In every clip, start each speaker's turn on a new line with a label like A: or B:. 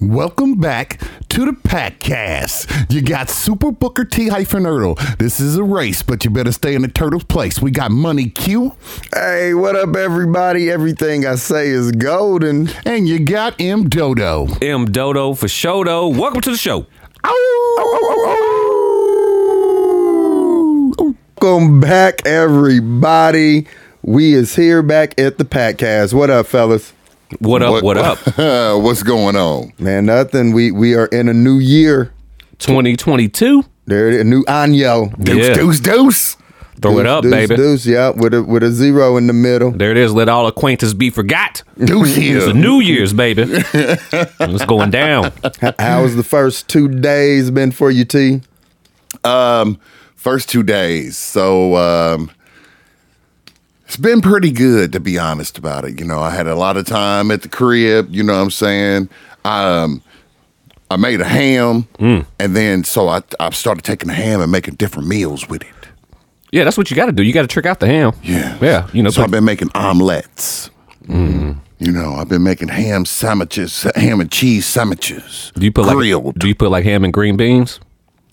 A: welcome back to the Packcast. You got Super Booker T hyphen Ertl. This is a race, but you better stay in the turtle's place. We got Money Q,
B: Hey, what up, everybody? Everything I say is golden.
A: and you got M Dodo.
C: M Dodo for show though. Welcome to the show.
B: Welcome back, everybody. We is here back at the Packcast. What up, fellas?
C: What up? What, up?
A: What's going on?
B: Man, nothing. We we are in a new year.
C: 2022.
B: There, it is, a new año.
A: Deuce,
C: Yeah.
A: deuce, deuce.
C: Throw it up,
B: Deuce,
C: baby.
B: Deuce, yeah, with a with a zero in the middle.
C: There it is. Let all acquaintance be forgot.
A: Deuce
C: It's
A: here.
C: a New Year's, baby. it's going down.
B: H- How's the first two days been for you, T?
A: first two days. So um, it's been pretty good, to be honest about it. You know, I had a lot of time at the crib. You know what I'm saying? I, um, I made a ham, and then so I, I started taking the ham and making different meals with it.
C: Yeah, that's what you got to do. You got to trick out the ham.
A: Yeah,
C: Yeah. You know, Mm.
A: So I've
C: put-
A: been making omelets. You know, I've been making ham sandwiches, ham and cheese sandwiches.
C: do you put like
A: grilled?
C: do you put like ham and green beans?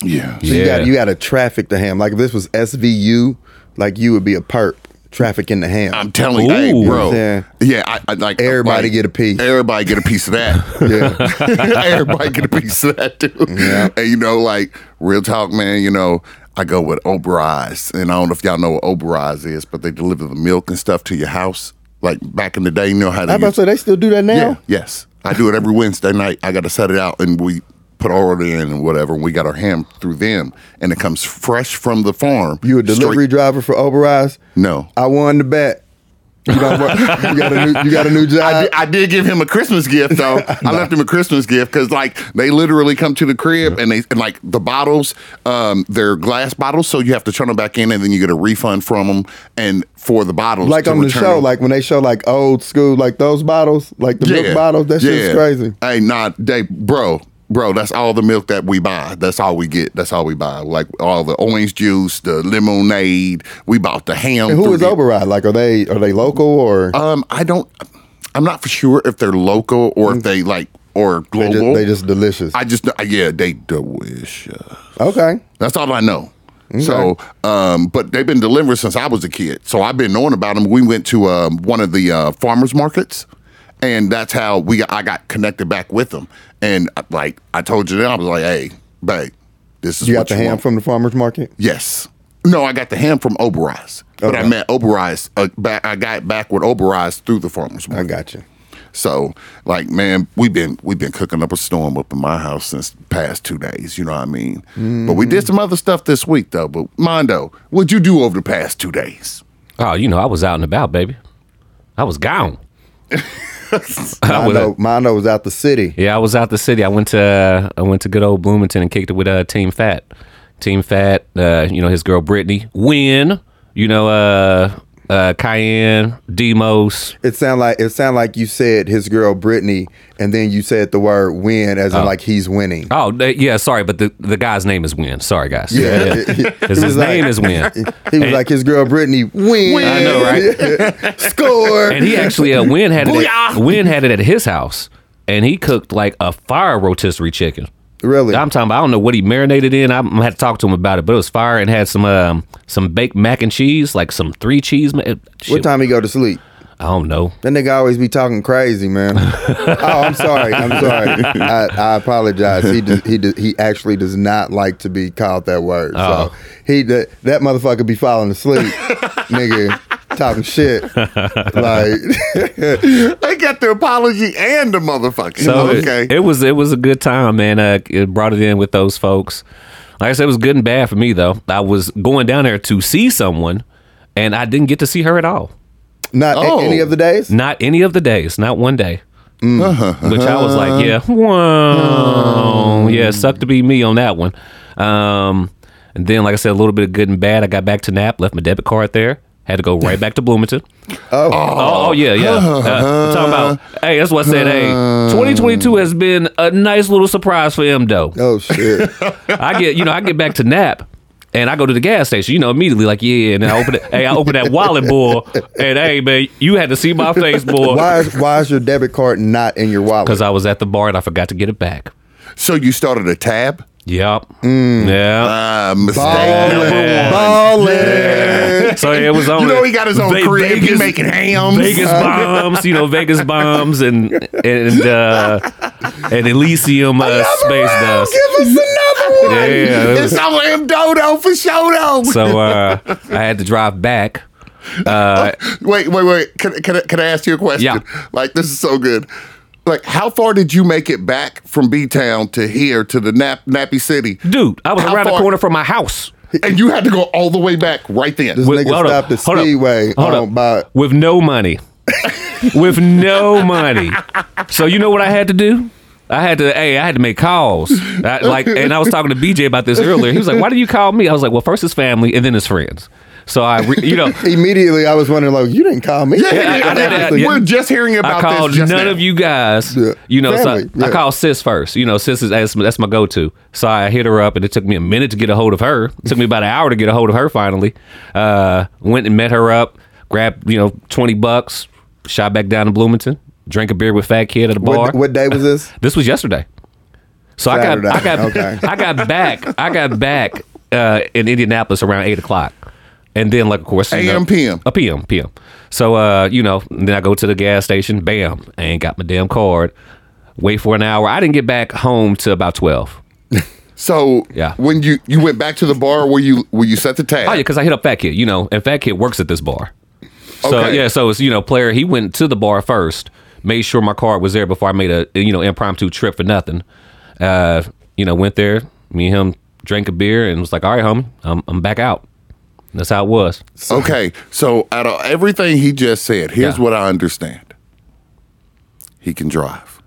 A: yeah.
B: So You
C: Yeah.
B: got you got to traffic the ham. Like if this was SVU, like you would be a perp trafficking the ham.
A: I'm telling you, hey,
C: Ooh.
A: bro.
B: Yeah.
A: Yeah, I, I like
B: Everybody
A: like,
B: get a piece.
A: Everybody get a piece of that.
B: yeah.
A: everybody get a piece of that too. And you know, like real talk, man. You know, I go with Obereyes, and I don't know if y'all know what Obereyes is, but they deliver the milk and stuff to your house. Like back in the day, you know how they
B: I'm about to
A: used-
B: say they still do that now.
A: yeah, yes. I do it every Wednesday night. I got to set it out, and we put our order in and whatever, and we got our ham through them, and it comes fresh from the farm.
B: You a delivery Uh,
A: Straight-
B: driver for Oberise?
A: No.
B: I won the bet. You, don't work, you got a new you got a new
A: I
B: job.
A: did, I did give him a Christmas gift though. I left him a Christmas gift because like they literally come to the crib and they and like the bottles, um, they're glass bottles, so you have to turn them back in and then you get a refund from them and for the bottles.
B: like
A: to
B: on the
A: return
B: show,
A: them.
B: like when they show like old school, like those bottles, like the milk bottles. That shit's crazy.
A: Hey, nah, they bro. Bro, that's all the milk that we buy. That's all we get. That's all we buy. Like all the orange juice, the lemonade. We bought the ham.
B: And who
A: through
B: is
A: the-
B: Oberide? Like, are they are they local or
A: Um, I don't. I'm not for sure if they're local or if they like or
B: Mm. they,
A: global.
B: just, they just delicious?
A: I just know- yeah, they delicious.
B: okay,
A: That's all I know. So, um, but they've been delivered since I was a kid. So I've been knowing about them. We went to um, one of the uh, farmers markets, and that's how we I got connected back with them. And uh, like I told you, then I was like, "Hey, babe, this is
B: you
A: what
B: got the
A: you
B: ham
A: want."
B: from the farmers market.
A: Yes. No, I got the ham from Obereyes, but I
B: Okay.
A: met Obereyes. Uh, back, I got back with Obereyes through the farmers
B: I
A: market.
B: got you.
A: So, like, man, we've been we've been cooking up a storm up in my house since the past two days. You know what I mean? But we did some other stuff this week though. But Mondo, what'd you do over the past two days?
C: Oh, you know, I was out and about, baby. I was gone. I was-
B: Mondo, Mondo was out the city.
C: Yeah, I was out the city. I went to I went to good old Bloomington and kicked it with uh, Team Fat. Team Fat, uh, you know his girl Brittany. Win, you know uh, uh, Cayenne, Demos.
B: It sound like it sound like you said his girl Brittany, and then you said the word win, as in like he's winning.
C: Oh th- yeah, sorry, but the, the guy's name is Win. Sorry guys.
B: Yeah.
C: His,
B: He was
C: his
B: like-
C: name is Win.
B: He was like his girl Brittany win.
C: I know,
B: right? Score.
C: And he actually uh, Win had it at, Win had it at his house, and he cooked like a fire rotisserie chicken.
B: really.
C: I'm talking about I don't know what he marinated in. I had to talk to him about it, but it was fire and had some um, some baked mac and cheese, like some three cheese. Ma- uh,
B: what
C: shit,
B: time he go to sleep?
C: I don't know.
B: That nigga always be talking crazy, man. oh, I'm sorry. I'm sorry. I, I apologize. He does, he does, he actually does not like to be called that word.
C: Oh.
B: So he that, that motherfucker be falling asleep, nigga, talking shit. Like
A: They got the apology and the motherfucker.
C: So it-
A: Oh, okay.
C: it, was it was a good time, man. Uh, it brought it in with those folks. Like I said, it was good and bad for me though. I was going down there to see someone, and I didn't get to see her at all.
B: not a-
A: Oh.
B: any of the days.
C: Not any of the days. Not one day. Which I was like, yeah, whoa, yeah, suck to be me on that one. Um, and then, like I said, a little bit of good and bad. I got back to Nap, left my debit card there, had to go right back to Bloomington.
B: Oh.
C: Oh, oh, yeah, yeah. Uh, I'm talking about, hey, that's what I said. Hey, 2022 has been a nice little surprise for M. Doe.
B: Oh shit.
C: I get, you know, I get back to Nap, And I go to the gas station, you know, immediately, like, yeah. And I open it, hey, I open that wallet, boy. And hey, man, you had to see my face, boy.
B: Why is why is your debit card not in your wallet?
C: Because I was at the bar and I forgot to get it back.
A: So you started a tab?
C: Yep. Yeah.
A: Uh, mistake number one.
B: Ballin', ballin'.
C: So it was on.
A: You know
C: the-
A: he got his own
C: Ve-
A: crib. He
C: Vegas-
A: making hams. Uh.
C: Vegas bombs, you know, Vegas bombs and and uh, and Elysium uh, space dust.
A: Give us another one.
C: Yeah, it was-
A: it's all him dodo for show So,
C: So uh, I had to drive back.
A: wait, wait, wait. Can, can, I, can I ask you a question?
C: Yeah.
A: Like this is so good. Like, how far did you make it back from B Town to here to the nap, Nappy City?
C: Dude, I was
A: How
C: around
A: far-
C: the corner from my house.
A: And you had to go all the way back right then.
B: This
C: Wait, hold
B: nigga
C: up,
B: stopped at
C: hold up,
B: Speedway
C: hold up.
B: on by
C: with no money. with no money. So you know what I had to do? I had to, hey, I had to make calls. I, like, and I was talking to BJ about this earlier. He was like, "Why do you call me?" I was like, "Well, first his family, and then his friends." So I, re- you know,
B: Immediately, I was wondering, like, you didn't call me.
C: I- I did that, yeah.
A: We're just hearing about
C: I called
A: this. Just
C: none
A: now.
C: of you guys.
B: Yeah.
C: You know,
B: Family,
C: so I,
B: yeah.
C: called sis first. You know, sis is that's, that's my go-to. So I hit her up, and it took me a minute to get a hold of her. It took me about an hour to get a hold of her. Finally, uh, went and met her up. Grabbed you know twenty bucks. Shot back down to Bloomington. Drank a beer with Fat Kid at a bar.
B: What, what day was this?
C: This was yesterday. So I got I got
B: Saturday, okay.
C: I got back I got back uh, in Indianapolis around eight o'clock, and then like of course you know-
A: AM, PM.
C: a PM PM. So uh, you know then I go to the gas station. Bam, I ain't got my damn card. Wait for an hour. I didn't get back home till about twelve.
A: So
C: Yeah.
A: when you you went back to the bar where you where you set the tab.
C: Oh yeah, because I hit up Fat Kid, you know, and Fat Kid works at this bar. So
A: Okay.
C: yeah, so it's you know, player. He went to the bar first, made sure my card was there before I made a you know impromptu trip for nothing. Uh, you know, went there. Me and him drank a beer and was like, "All right, homie, I'm I'm back out." And That's how it was.
A: Okay, so out of everything he just said, here's
C: Yeah.
A: what I understand. He can drive.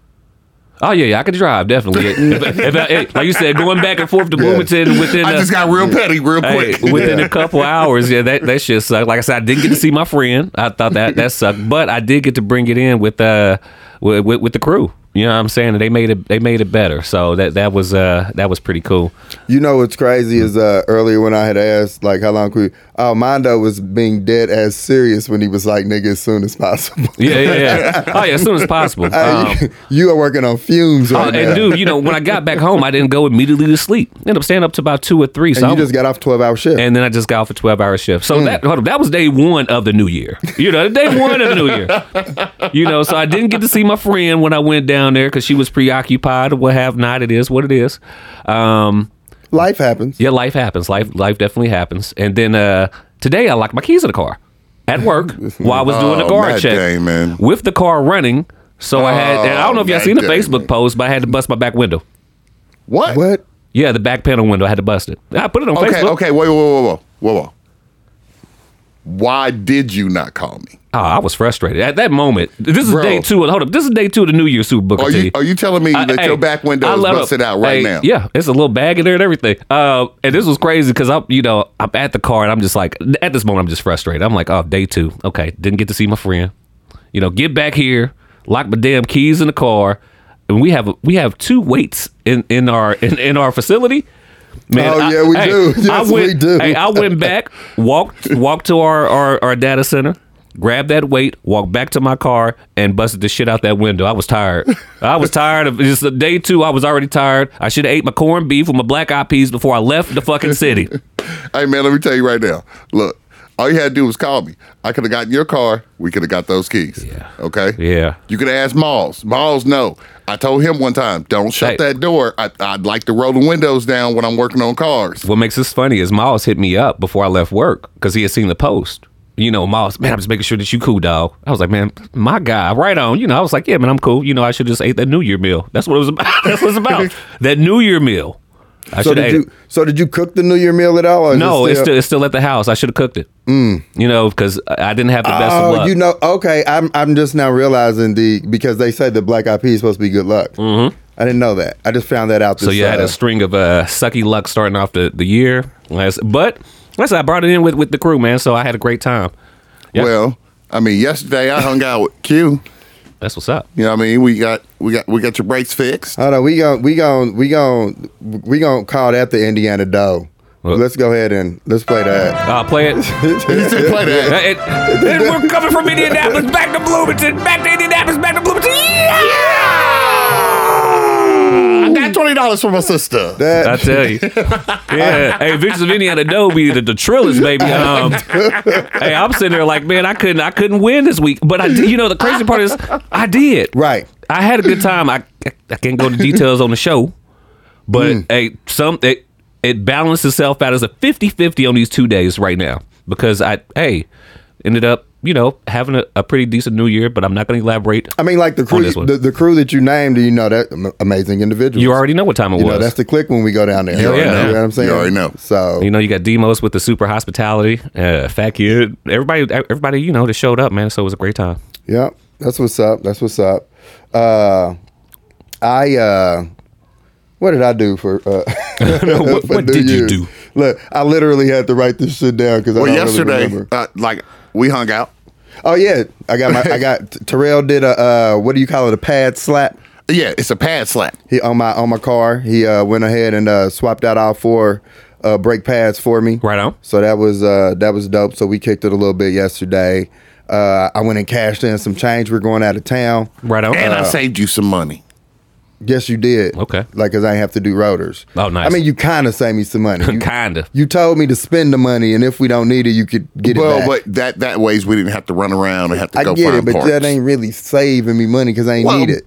C: Oh yeah, yeah, I could drive definitely. If- if I- eh, like you said, going back and forth to Bloomington within
A: I
C: a-
A: just got real petty real
C: Hey,
A: quick.
C: within a couple hours, yeah, that, that shit sucked. Like I said, I didn't get to see my friend. I thought that that sucked, but I did get to bring it in with uh with with, with the crew. You know what I'm saying? And they made it they made it better. So that that was uh that was pretty cool.
B: You know what's crazy is uh, earlier when I had asked like how long could we, oh Mondo was being dead as serious when he was like nigga as soon as possible.
C: Yeah, yeah, yeah. Oh yeah, as soon as possible. Um,
B: Hey, you are working on fumes
C: oh,
B: right now.
C: and dude, you know, when I got back home, I didn't go immediately to sleep. Ended up staying up to about two or three. So
B: and you
C: I'm-
B: just got off twelve hour shift.
C: and then I just got off a 12 hour shift.
A: Hmm.
C: So that hold up, that was day one of the new year. You know, day one of the new year. You know, so I didn't get to see my friend when I went down there because she was preoccupied or what have not. It is what it is. Um,
B: Life happens.
C: yeah, life happens. Life life definitely happens. And then uh, today I locked my keys in the car at work while I was doing the
A: Oh,
C: guard
A: Matt
C: check
A: Damon.
C: with the car running. So I had, and I don't know if y'all
A: Oh,
C: seen the
A: Matt Damon.
C: Facebook post, but I had to bust my back window.
A: What?
B: What?
C: Yeah, the back panel window. I had to bust it. I put it on
A: Okay,
C: Facebook.
A: okay, wait, whoa, whoa, whoa, whoa, whoa. Why did you not call me?
C: Oh, I was frustrated at that moment. This is
A: Bro.
C: day two. Of, hold up, this is day two of the New Year's Super Booker
A: Are
C: T.
A: you are you telling me
C: I-
A: that
C: hey,
A: your back window
C: I
A: is
C: let up-
A: busted out right
C: hey,
A: now?
C: Yeah, it's a little bag in there and everything. Uh, and this was crazy because I'm, you know, I'm at the car and I'm just like, at this moment, I'm just frustrated. I'm like, oh, day two. Okay, didn't get to see my friend. You know, get back here, lock my damn keys in the car, and we have we have two weights in in our in, in our facility. Man,
B: Oh, yeah, we do.
C: I
B: Yes, we
C: went,
B: do.
C: hey, I went back, walked walked to our, our our data center, grabbed that weight, walked back to my car, and busted the shit out that window. I was tired. I was tired of just day two. I was already tired. I should have ate my corned beef with my black eyed peas before I left the fucking city.
A: Hey man, let me tell you right now. Look, all you had to do was call me. I could have gotten your car. We could have got those keys.
C: Yeah.
A: Okay.
C: Yeah.
A: You could ask Malls. Malls, no. I told him one time, don't shut
C: Hey.
A: that door. I, I'd like to roll the windows down when I'm working on cars.
C: What makes this funny is Miles hit me up before I left work because he had seen the post. You know, Miles, man, I'm just making sure that you cool, dog. I was like, man, my guy, right on. You know, I was like, yeah, man, I'm cool. You know, I should just ate that New Year meal. That's what it was about. That's what it's about. that New Year meal. I
B: So
C: should
B: did
C: have.
B: you so did you cook the New Year meal at all? Or is it
C: No, it's still, it's still at the house. I should have cooked it. Mm. You know, because I I didn't have the best
B: Oh,
C: of luck.
B: you know, okay. I'm I'm just now realizing the because they say the black eyed pea is supposed to be good luck. Mm-hmm. I didn't know that. I just found that out. This,
C: so you had
B: uh,
C: a string of uh, sucky luck starting off the, the year. Last- But that's I brought it in with, with the crew, man. So I had a great time. Yeah.
A: Well, I mean, yesterday I hung out with Q.
C: That's what's up.
A: You know what I mean? We got we got we got your brakes fixed.
B: Hold on, we gon' we gon' we gon' we gon' call that the Indiana dough. Let's go ahead and let's play that.
C: Uh, play it.
A: He said, play
C: Uh,
A: that.
C: it- and we're coming from Indianapolis back to Bloomington, back to Indianapolis, back to Bloomington. Yeah!
A: I got twenty dollars for my sister.
B: That-
C: I tell you, yeah. hey, Vince of Indiana know me the, the trillers, baby. Um, hey, I'm sitting there like, man, I couldn't, I couldn't win this week, but I, did- you know, the crazy part is, I did.
B: right.
C: I had a good time. I I can't go to details on the show, but
B: Mm.
C: hey, some it, it balanced itself out as a 50-50 on these two days right now because I hey ended up you know having a, a pretty decent New Year, but I'm not going to elaborate.
B: I mean, like the crew,
C: this one.
B: the, the crew that you named, you know that am- amazing individuals.
C: You already know what time it
B: You
C: was.
B: know, that's the click when we go down there.
A: You
C: already know.
B: You know what I'm saying?
A: You already know.
B: So
C: you know, you got Demos with the super hospitality, uh, Fat Kid, everybody, everybody, you know, that showed up, man. So it was a great time.
B: Yep, that's what's up. That's what's up. Uh, I uh, what did I do for? Uh,
C: what-
B: for
C: what
B: New
C: did you
B: Year's?
C: do?
B: Look, I literally had to write this shit down because
A: well,
B: I don't really
A: yesterday,
B: remember.
A: uh, like we hung out.
B: Oh yeah, I got my. I got Terrell did a uh, what do you call it? A pad slap.
A: Yeah, it's a pad slap.
B: He on my on my car. He uh, went ahead and uh, swapped out all four uh, brake pads for me.
C: Right on.
B: So that was uh, that was dope. So we kicked it a little bit yesterday. Uh, I went and cashed in some change. We're going out of town.
C: Right on.
B: Uh.
A: And I saved you some money.
B: Yes, you did.
C: Okay.
B: Like, cause I ain't have to do rotors.
C: Oh, nice.
B: I mean, you kind of saved me some money. You,
C: kinda.
B: you told me to spend the money, and if we don't need it, you could get it
A: Well,
B: back.
A: but that that ways we didn't have to run around and have to
B: I
A: go
B: get
A: find
B: it, but
A: parts.
B: that ain't really saving me money because I ain't
A: Well,
B: need it.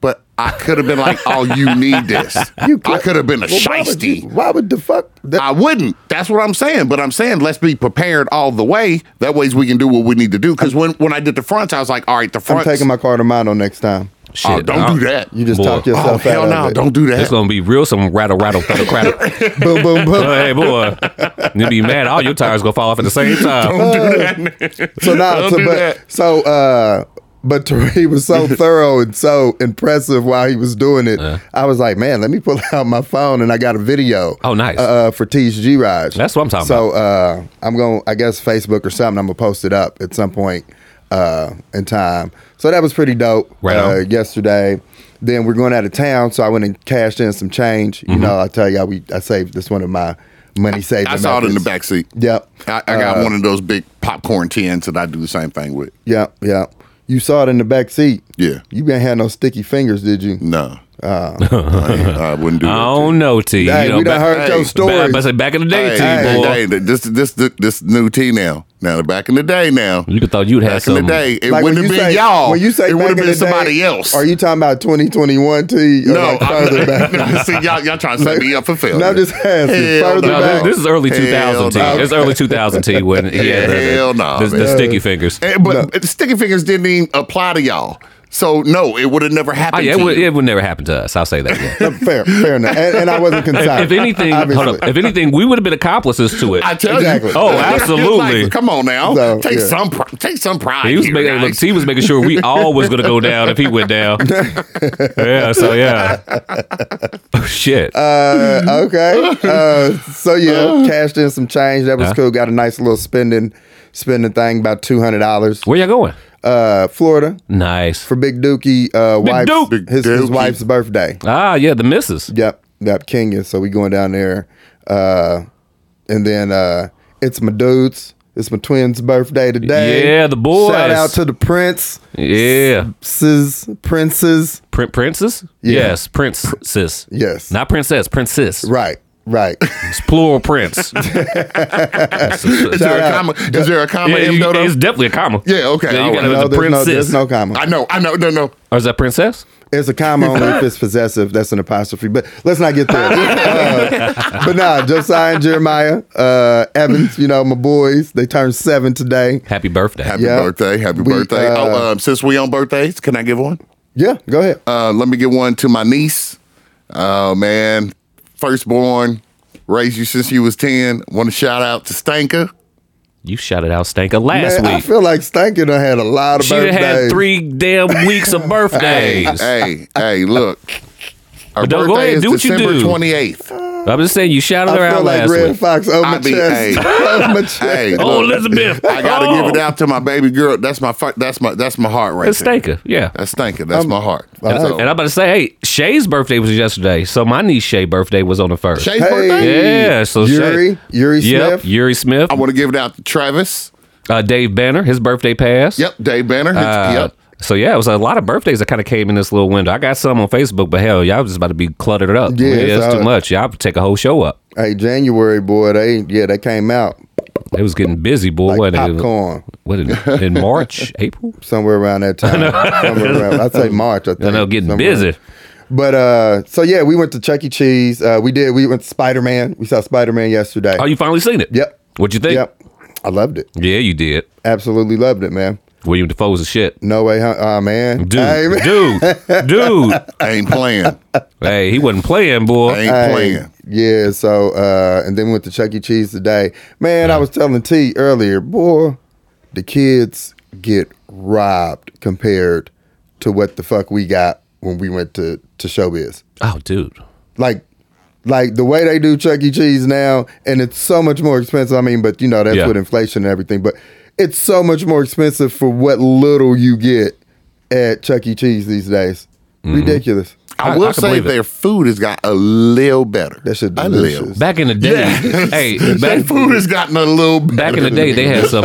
A: But I could have been like, "Oh, you need this."
B: You
A: I could have been a
B: Well, why would, you-
A: shisty.
B: why would the fuck? That,
A: I wouldn't. That's what I'm saying. But I'm saying let's be prepared all the way. That ways we can do what we need to do. Because when when I did the fronts, I was like, "All right, the
B: I'm
A: fronts."
B: taking my car to Mono next time.
C: Shit,
A: oh, don't
C: uh,
A: do that.
B: You just
C: Boy.
B: talk
A: oh
B: yourself out
A: hell
B: of
A: no!
B: it.
A: Don't do
C: It's
A: that.
C: gonna be real some rattle rattle rattle crackle.
B: boom, boom, boom.
C: Oh, hey boy, you'll be mad. All your tires gonna fall off at the same time.
B: So now,
A: Don't
B: so,
A: do
B: but,
A: that.
B: so uh, but Tor- he was so thorough and so impressive while he was doing it. I was like, man, let me pull out my phone, and I got a video.
C: Oh, nice.
B: Uh, for TSG rides.
C: That's what I'm talking
B: so, uh, I'm going. to I guess Facebook or something. I'm gonna post it up at some point uh, in time. So that was pretty dope.
C: Right on.
B: Uh, yesterday. Then we're going out of town, so I went and cashed in some change. You
C: Mm-hmm.
B: know, I tell y'all, we I saved this one of my money saving.
A: I saw it in the
B: methods.
A: back seat.
B: Yep.
A: I, I
B: Uh,
A: got one of those big popcorn tins that I do the same thing with.
B: Yeah, yeah. You saw it in the back seat.
A: Yeah.
B: You ain't had no sticky fingers, did you?
A: No,
B: Uh.
A: I, ain't- I wouldn't do that.
C: Oh no, T.
B: Hey,
C: you know,
B: we done
C: back-
B: heard
A: hey,
B: your stories.
C: Back, but I said back in the day,
A: Hey,
C: T,
A: hey,
C: boy.
A: hey, this this this this new tea now. Now back in the day now.
C: You could thought you'd have
A: Back in the
C: some.
A: day, it
B: Like, when
A: wouldn't have
B: you
A: been
B: say-
A: y'all.
B: When you say
A: it
B: back
A: would have
B: in
A: been
B: the day,
A: somebody else.
B: Are you talking about 2021 T?
A: no,
B: Or like
A: I'm
B: further
A: not-
B: back.
A: no, see, y'all, y'all trying to set me up for failure.
B: No, I'm just asking.
A: Hell
B: Further
C: No,
B: back.
C: this, this is early
A: Hell
C: 2000 T.
A: no.
C: It's early 2000 T when he had the,
A: Hell no,
C: the, the
A: man.
C: sticky fingers.
A: Eh, but the sticky fingers didn't even apply to y'all. So no, it would have never
C: Oh,
A: happened.
C: yeah, it
A: to
C: would,
A: you.
C: it would never happen to us. I'll say that. Yeah.
B: fair, fair enough. And, and I wasn't concerned.
C: if anything, hold
B: obviously.
C: up. If anything, we would have been accomplices to it.
A: I tell
B: Exactly.
A: you.
B: Oh,
A: Like,
C: absolutely.
A: come on now.
B: So,
A: take
B: yeah.
A: some pri- take some pride.
C: he was
A: here,
C: making look.
A: guys.
C: T was making sure we all was gonna go down if he went down. yeah. So yeah. Oh shit.
B: Uh, okay. Uh, so yeah, cashed in some change. That was
C: Yeah.
B: cool. Got a nice little spending, spending thing. About two hundred dollars.
C: Where y'all going?
B: Uh, Florida
C: Nice.
B: for Big Dookie. Uh, wife's,
C: Duke. Big
B: his, his
A: Dookie.
B: wife's birthday.
C: Ah, yeah, the missus.
B: Yep, yep, Kenya. So we going down there, uh, and then uh, it's my dudes. It's my twins' birthday today.
C: Yeah, the boys.
B: Shout out to the prince,
C: Yeah.
B: sis, princes.
C: Prin- princess?
B: Yeah.
C: Yes, princess.
B: Yes,
C: Not princess, princess.
B: right, right.
C: It's plural prince.
A: Is
C: yeah,
A: there a
B: out.
A: comma? Is there a comma in
C: you,
A: Dodo?
C: it's definitely a comma.
A: Yeah, okay,
C: Yeah, you
A: all
C: gotta
A: right.
C: have
B: Oh, no, there's
C: the
B: no,
C: princess.
B: there's no comma.
A: I know, I know, no, no.
C: Or is that princess?
B: It's a comma only if it's possessive. That's an apostrophe. But let's not get there. Uh, but nah, Josiah and Jeremiah uh, Evans. You know my boys. They turned seven today.
C: Happy birthday.
A: Happy
B: Yeah.
A: birthday, happy
B: We,
A: birthday.
B: uh,
A: oh, um, since we on birthdays, can I give one?
B: Yeah, go ahead.
A: Uh, let me give one to my niece. Oh man, firstborn, raised you since you was ten. Want to shout out to Stanka.
C: you shouted out Stanka last
B: Man, I
C: week.
B: feel like Stankin done had a lot of
C: She done
B: birthdays.
C: had three damn weeks of birthdays.
A: Hey, hey, look. Her
C: But don't- go ahead, do what you
A: December
C: do.
A: twenty eighth.
C: I'm just saying you shouted her
B: I
C: out
B: feel like
C: last
B: Red
C: week.
B: Fox on my
A: I be- hey.
B: chest. On my chest.
A: Hey,
C: Oh,
A: look,
C: Elizabeth!
A: I gotta
C: oh.
A: give it out to my baby girl. That's my fu- that's my that's my heart right
C: It's
A: there.
C: stinker, yeah.
A: That's thinking. That's my heart.
B: And-
A: So-
C: And I'm about to say, hey, Shay's birthday was yesterday, so my niece Shay birthday was on the first.
A: Shay's
B: Hey.
A: birthday.
C: yeah, so Shay-
B: Yuri, Yuri
C: yep,
B: Smith.
C: Yuri Smith,
A: I want to give it out to Travis.
C: uh, Dave Banner, his birthday passed.
A: Yep, Dave Banner.
C: Uh,
A: yep.
C: So yeah, it was a lot of birthdays that kind of came in this little window. I got some on Facebook, but hell, y'all was about to be cluttered up.
B: Yeah,
C: it's
B: so-
C: too much. Y'all would take a whole show up.
B: Hey, January boy, they yeah they came out
C: It was getting busy, boy.
B: like
C: wasn't it?
B: popcorn
C: What in, in March, April?
B: somewhere around that time. somewhere around, I'd say March. I think.
C: I know, getting
B: somewhere.
C: busy.
B: But uh, so yeah, we went to Chuck E. Cheese. Uh, we did. We went to Spider Man. We saw Spider Man yesterday.
C: Oh, you finally seen it?
B: Yep.
C: What'd you think?
B: Yep, I loved it.
C: Yeah, you did.
B: Absolutely loved it, man.
C: William Defoe was a shit.
B: No way, huh? Oh man,
C: Dude,
B: Hey, man.
C: dude, dude.
A: I ain't playing.
C: Hey, he wasn't playing,
A: I
C: boy.
A: ain't
B: Hey,
A: playing.
B: Yeah, so uh and then we went to Chuck E. Cheese today. Man, I was telling T earlier, boy, the kids get robbed compared to what the fuck we got when we went to to showbiz.
C: Oh, dude.
B: Like like the way they do Chuck E. Cheese now, and it's so much more expensive. I mean, but you know, that's
C: Yeah.
B: with inflation and everything, but it's so much more expensive for what little you get at Chuck E. Cheese these days.
C: Mm-hmm.
B: Ridiculous.
A: I,
C: I-
A: will
C: I can
A: say
C: believe it.
A: their food has got a little better.
B: That shit
A: a little.
B: delicious.
C: Back in the day, hey,
A: That
C: back,
A: food has gotten a little better.
C: back in the day, they had some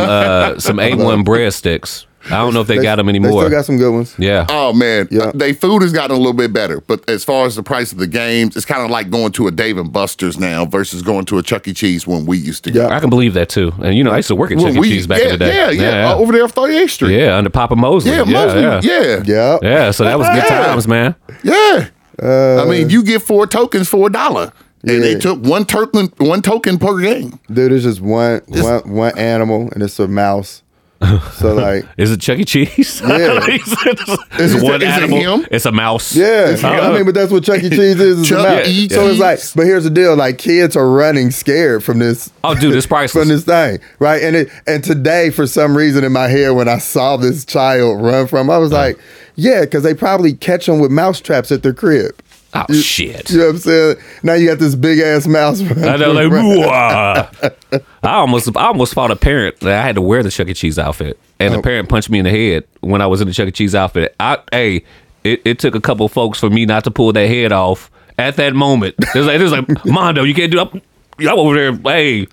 C: uh, some A1 breadsticks. I don't know if they, got them
B: They
C: anymore.
B: still got some good ones.
C: yeah.
A: Oh man,
B: Yeah.
A: they food has gotten a little bit better, but as far as the price of the games, it's kind of like going to a Dave and Buster's now versus going to a Chuck E. Cheese when we used to go.
B: Yeah.
C: I can believe that too. And you know, I used to work at Chuck
A: When
C: E.
A: we,
C: Cheese back
A: yeah,
C: in the day.
A: yeah, yeah,
C: yeah,
A: uh, over there on 38th Street.
C: Yeah, under Papa Mosley.
A: yeah, mostly, yeah, yeah,
B: Yeah.
C: Yeah, so that was good
A: Yeah.
C: times, man.
A: Yeah. I mean, you get four tokens for a dollar, and they
B: Yeah.
A: took one token, one token per game.
B: Dude, it's just one one one animal, and it's a mouse. So like,
C: Is it Chuck E. Cheese?
B: Yeah.
C: it's
A: it- is it
C: one animal.
A: him?
C: It's a mouse.
B: yeah,
C: It's
B: I
C: him.
B: mean, but that's what Chuck E. Cheese is. is a
A: Chuck
B: mouse.
A: E.
B: So it's like,
A: Cheese.
B: but here's the deal: like, kids are running scared from this.
C: Oh, dude, it's priceless.
B: From this thing, right? And it and today, for some reason, in my head, when I saw this child run from, I was
C: Uh.
B: like, "Yeah," because they probably catch them with mouse traps at their crib.
C: Oh shit!
B: You know what I'm saying? Now you got this big ass mouse.
C: I know, like,
B: running.
C: "Whoa." I almost, I almost fought a parent that I had to wear the Chuck E. Cheese outfit, and the parent punched me in the head when I was in the Chuck E. Cheese outfit. I, hey, it, it took a couple folks for me not to pull that head off at that moment. It was like, it was like, Mondo, you can't do. I'm, I'm over there, hey,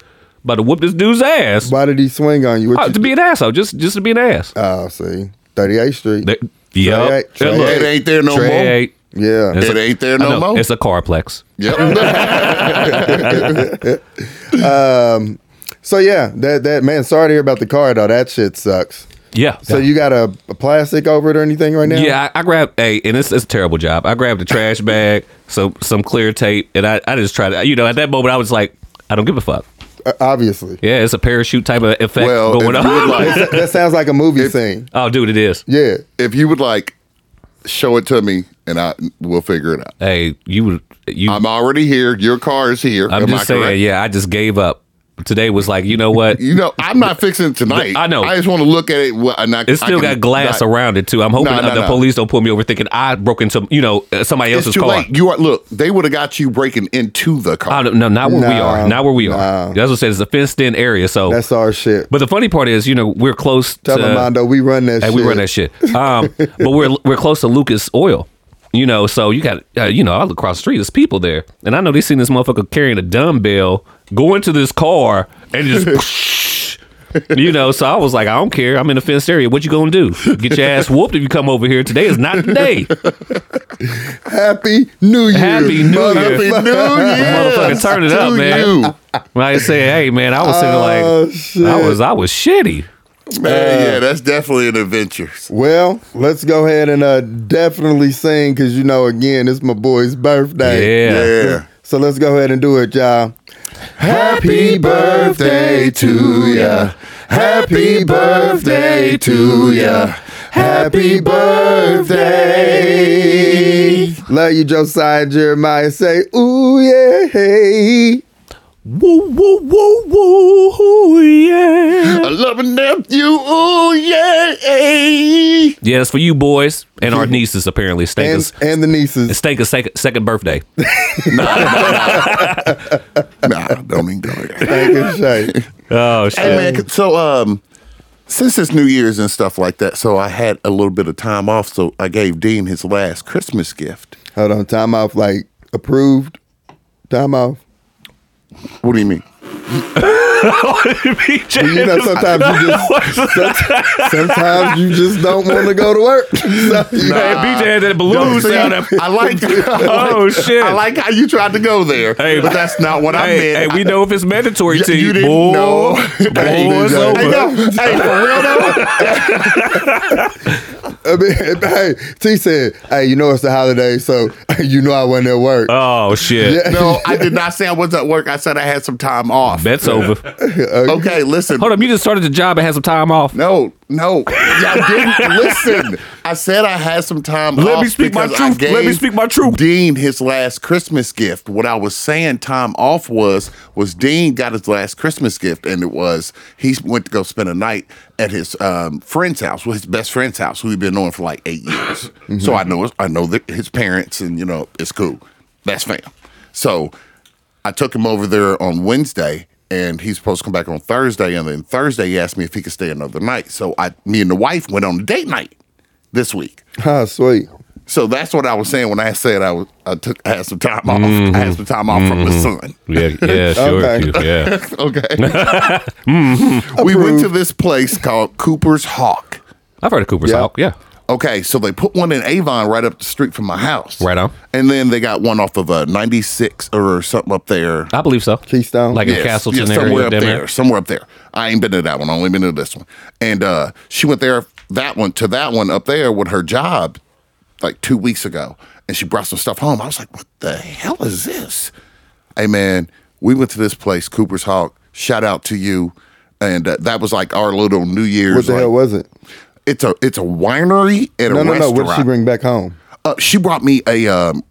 C: about to whoop this dude's ass.
B: Why did he swing on you? What
C: Oh,
B: you-
C: to be an asshole, just, just to be an ass.
B: oh, see, 38th Street.
C: They- Yup.
B: Trey,
C: And look,
A: It ain't there no more.
C: Trey,
B: yeah,
C: it's
A: It
C: a-
A: ain't there
C: I
A: no
C: know,
A: more.
C: It's a carplex.
A: Yep.
B: So yeah, that that man. Sorry to hear about the car though. That shit sucks.
C: Yeah.
B: So you got a, a plastic over it or anything right now?
C: Yeah, I, I grabbed a, and it's, it's a terrible job. I grabbed a trash bag, so some clear tape, and I, I just tried to, you know, at that moment I was like, I don't give a fuck.
B: Uh, obviously.
C: Yeah, it's a parachute type of effect
A: Well, if
C: going
A: you
C: on.
A: would like,
B: That, that sounds like a movie scene.
C: oh, dude, it is.
B: Yeah.
A: if you would like, show it to me, and I we'll figure it out.
C: Hey, you would, you, I'm,
A: I'm already here. Your car is here. Am
C: just
A: I
C: saying,
A: correct?
C: yeah, I just gave up. Today was like, you know what?
A: You know, I'm not fixing it tonight.
C: I know.
A: I just want to look at it. wh- And I,
C: It's still
A: I can-
C: got glass
A: not-
C: around it too. I'm hoping
A: No, no,
C: the
A: no.
C: police don't pull me over thinking I broke into, you know, uh, somebody
A: It's
C: else's
A: too
C: car.
A: late. You are look. They would have got you breaking into the
C: I
A: car.
C: don't, no, not where we are.
B: No,
C: Not where we are. That's what I said. It's a fenced in area. So,
B: That's our shit.
C: but the funny part is, you know, we're close
B: Tell
C: to.
B: them, Mondo, we run that
C: uh, hey,
B: shit.
C: we run that shit. Um, but we're we're close to Lucas Oil. You know, so you got uh, you know, I look across the street. There's people there, and I know they seen this motherfucker carrying a dumbbell go into this car and just. You know, so I was like, I don't care. I'm in a fenced area. What you gonna do? Get your ass whooped if you come over here. Today is not the day.
B: Happy New Year.
C: Happy New
B: mother-
C: Year.
A: Happy New Year.
C: Motherfucker, turn it
A: to
C: up, man.
A: you.
C: Like I said, hey man, I was
B: Oh,
C: sitting
B: shit.
C: like I was uh, I was shitty.
A: Man, yeah, that's definitely an adventure.
B: Well, let's go ahead and uh, definitely sing because you know, again, it's my boy's birthday.
C: Yeah.
A: Yeah.
B: So let's go ahead and do it, y'all.
A: Happy birthday to ya. Happy birthday to ya. Happy birthday.
B: Love you, Josiah and Jeremiah. Say, ooh, yeah, hey.
C: Woo woo woo woo yeah.
A: I love loving nephew. Ooh, yeah.
C: Yeah, that's for you boys and our nieces apparently. Stanka's
B: and, and the nieces.
C: Stanka's second, second birthday.
A: Nah, don't even go there.
B: Thank you, Shay.
C: Oh
A: Hey man, c- so um, since it's New Year's and stuff like that, so I had a little bit of time off, so I gave Dean his last Christmas gift.
B: Hold on, time off. Like approved. Time off.
A: What do you mean?
C: Oh,
B: You know, sometimes you just somet- sometimes you just don't want to go to work. So you
A: Nah.
C: BJ had that balloon
A: Don't see,
C: Oh, sound. up.
A: I like.
C: Oh shit!
A: I like how you tried to go there,
C: Hey,
A: but that's not what I
C: hey,
A: meant.
C: hey,
A: I-
C: we know if it's mandatory to
A: you
C: you.
A: didn't
C: boy,
A: know.
C: boy,
B: Hey,
C: it's
B: BJ.
C: over.
A: Hey, no, hey, for real though.
B: I mean, hey, T said, "Hey, you know it's the holiday, so you know I wasn't at work."
C: Oh shit!
B: Yeah.
A: No, I did not say I was at work. I said I had some time off.
C: That's over.
A: Okay, listen.
C: Hold up, you just started the job and had some time off.
A: No, no, y'all didn't listen. I said I had some time.
C: Let
A: off
C: me speak my
A: because I
C: truth. Let me
A: gave
C: speak my truth.
A: Dean his last Christmas gift. What I was saying time off was was Dean got his last Christmas gift, and it was he went to go spend a night at his um, friend's house, well, his best friend's house, who he'd been on for like eight years.
C: Mm-hmm.
A: So I know his- I know that his parents, and you know it's cool. That's fam. So I took him over there on Wednesday, and he's supposed to come back on Thursday. And then Thursday, he asked me if he could stay another night. So I, me and the wife went on a date night this week.
B: Ah, sweet.
A: So that's what I was saying when I said I was I took I had some time off.
C: Mm-hmm.
A: I had some time off from the sun.
C: Yeah, yeah, sure.
B: Okay.
C: you- Yeah.
A: Okay.
C: Mm-hmm.
A: We went to this place called Cooper's Hawk.
C: I've heard of Cooper's
B: Yeah.
C: Hawk. Yeah.
A: Okay, so they put one in Avon right up the street from my house.
C: Right on.
A: And then they got one off of a 96 or something up there.
C: I believe so.
B: Keystone?
C: Like
A: Yes,
C: in Castleton
A: yes,
C: area.
A: somewhere up
C: down
A: there, somewhere up there. I ain't been to that one. I only been to this one. And uh, she went there that one to that one up there with her job like two weeks ago, and she brought some stuff home. I was like, "What the hell is this?" Hey man, we went to this place, Cooper's Hawk. Shout out to you. And uh, that was like our little New Year's.
B: What the
A: like-
B: hell was it?
A: It's a it's a winery and
B: No,
A: a
B: no, no.
A: restaurant
B: What did she bring back home?
A: uh, she brought me a um,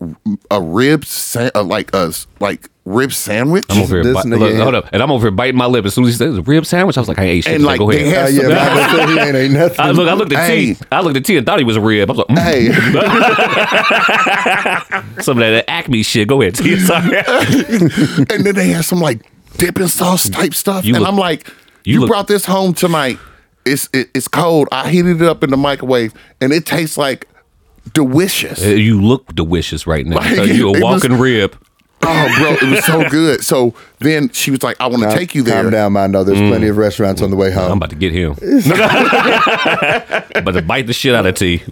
A: a rib sa- uh, like a s- like rib sandwich
C: I'm over here.
B: This
C: bite-
B: nigga
C: look,
B: here.
C: hold up, and I'm over here biting my lip. As soon as he says rib sandwich, I was like, I ain't shit.
A: And,
C: so
A: like,
C: go
A: they
C: around.
B: Ah,
A: Yes,
B: yeah,
A: no.
B: but I said he ain't, ain't nothing.
C: I look, I looked at
A: Hey.
C: T. I looked at T and thought he was a rib. I was like, mm,
A: hey
C: some of that Acme shit. Go ahead, T. Sorry.
A: and then they had some like dipping sauce type stuff
C: You
A: and
C: look-
A: i'm like
C: you
A: you,
C: look-
A: brought this home tonight it's it, it's cold i heated it up in the microwave and it tastes like delicious
C: Uh, you look delicious right now.
A: Like,
C: Uh, you
A: it was-
C: a walking rib.
A: oh bro it was so good so then she was like i want to take you there
B: Calm down, Mondo. There's plenty of restaurants on the way home.
C: Mm. I'm about to get him. about to bite the shit out of T.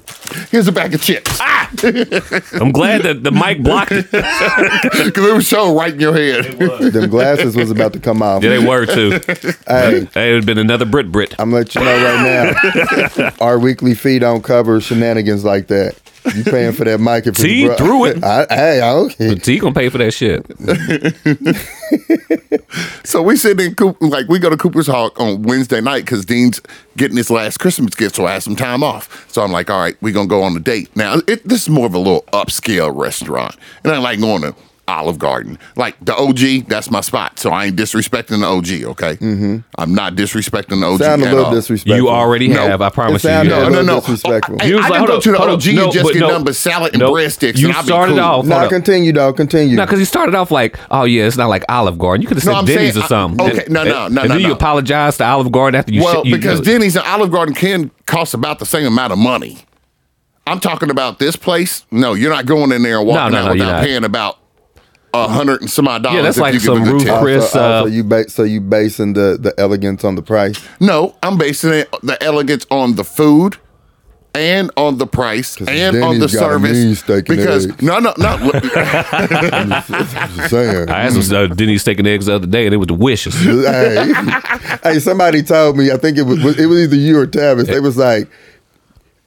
A: here's a bag of chips
C: I'm glad that the mic blocked it. Yeah,
A: because it was so right in your head
B: Them glasses was about to come off.
C: they were too.
B: Hey,
C: Hey, it would have been another Brit Brit.
B: I'm gonna let you know right now. our weekly fee don't cover shenanigans like that. You paying for that mic if
C: T
B: it's bro-
C: threw it.
B: I, hey, I don't care.
C: T gonna pay for that shit.
A: So we sit in Coop, like we go to Cooper's Hawk on Wednesday night because Dean's getting his last Christmas gift, so I had some time off. So I'm like, all right, we're gonna go on a date. Now it, this is more of a little upscale restaurant, and I like going to Olive Garden, like the OG. That's my spot, so I ain't disrespecting the OG. Okay, mm-hmm. I'm not disrespecting the OG.
B: Sound a
A: at
B: little
A: all.
B: disrespectful.
C: You already
A: No.
C: have. I promise
B: It
C: you.
B: sounded
A: No,
C: you
B: a
C: have.
A: no,
B: little
A: no.
B: disrespectful.
A: I, I,
C: You was
A: I can
C: like, hold
A: go
C: up,
A: to the
C: hold up.
A: OG and
C: No,
A: just
C: but
A: get
C: no.
A: nothing but salad and
C: No.
A: breadsticks. and
C: You
A: I'll be
C: started
A: cool.
C: off-
B: No,
C: Hold up.
B: continue, dog. Continue.
C: No, because he started off like, oh yeah, it's not like Olive Garden. You could have
A: No,
C: said
A: I'm
C: Denny's
A: saying-
C: or something.
A: I- okay, no,
C: And-
A: no, no,
C: And
A: no,
C: then you
A: no.
C: apologize to Olive Garden after you.
A: Well,
C: shit, you
A: because Denny's and Olive Garden can cost about the same amount of money. I'm talking about this place. No, you're not going in there and walking
C: no,
A: out
C: no, you're
A: without
C: not.
A: paying about a hundred and some odd dollars.
C: that's
A: if
C: like
A: you give
C: some
A: it the
C: roof
A: tip.
C: crib. Chris,
B: So,
C: uh,
B: so you ba- so you basing the the elegance on the price.
A: No, I'm basing it the elegance on the food and on the price and on the
B: Denny's got a mean
A: service
B: steak and
A: because
B: eggs.
A: no, no, no.
B: I'm just saying.
C: I asked him uh, Denny's steak and eggs the other day, and it was delicious.
B: hey, hey, somebody told me. I think it was it was either you or Tavis. They was like,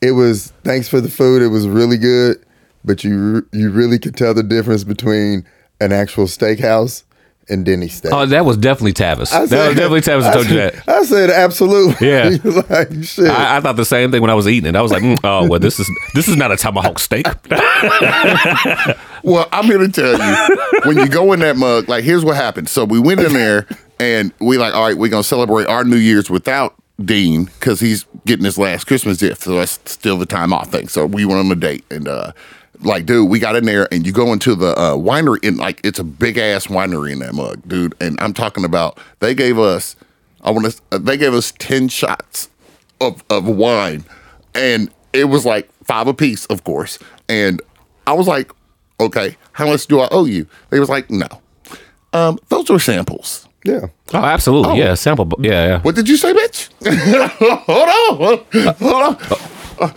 B: it was thanks for the food. It was really good, but you you really could tell the difference between an actual steakhouse and Denny's steak.
C: Oh, that was definitely Tavis.
B: I
C: That was
B: said-
C: definitely Tavis
B: I
C: that told you
B: said-
C: that.
B: I said absolutely.
C: Yeah.
B: like shit.
C: I, I thought the same thing when I was eating it. I was like, mm, oh well, this is this is not a tomahawk steak.
A: Well, I'm here to tell you when you go in that mug, like here's what happened. So we went in there and we like, all right, we're gonna celebrate our New Year's without Dean because he's getting his last Christmas gift, so that's still the time off thing. So we went on a date, and uh, like, dude, we got in there, and you go into the uh, winery, and like, it's a big ass winery in that mug, dude. And I'm talking about they gave us, I want to, uh, they gave us ten shots of of wine, and it was like five apiece, of course. And I was like, okay, how much do I owe you? They was like, no, um, those are samples.
B: Yeah.
C: Oh, absolutely. Yeah, sample. bo- Yeah, yeah.
A: What did you say, bitch? hold on. Hold on. Uh,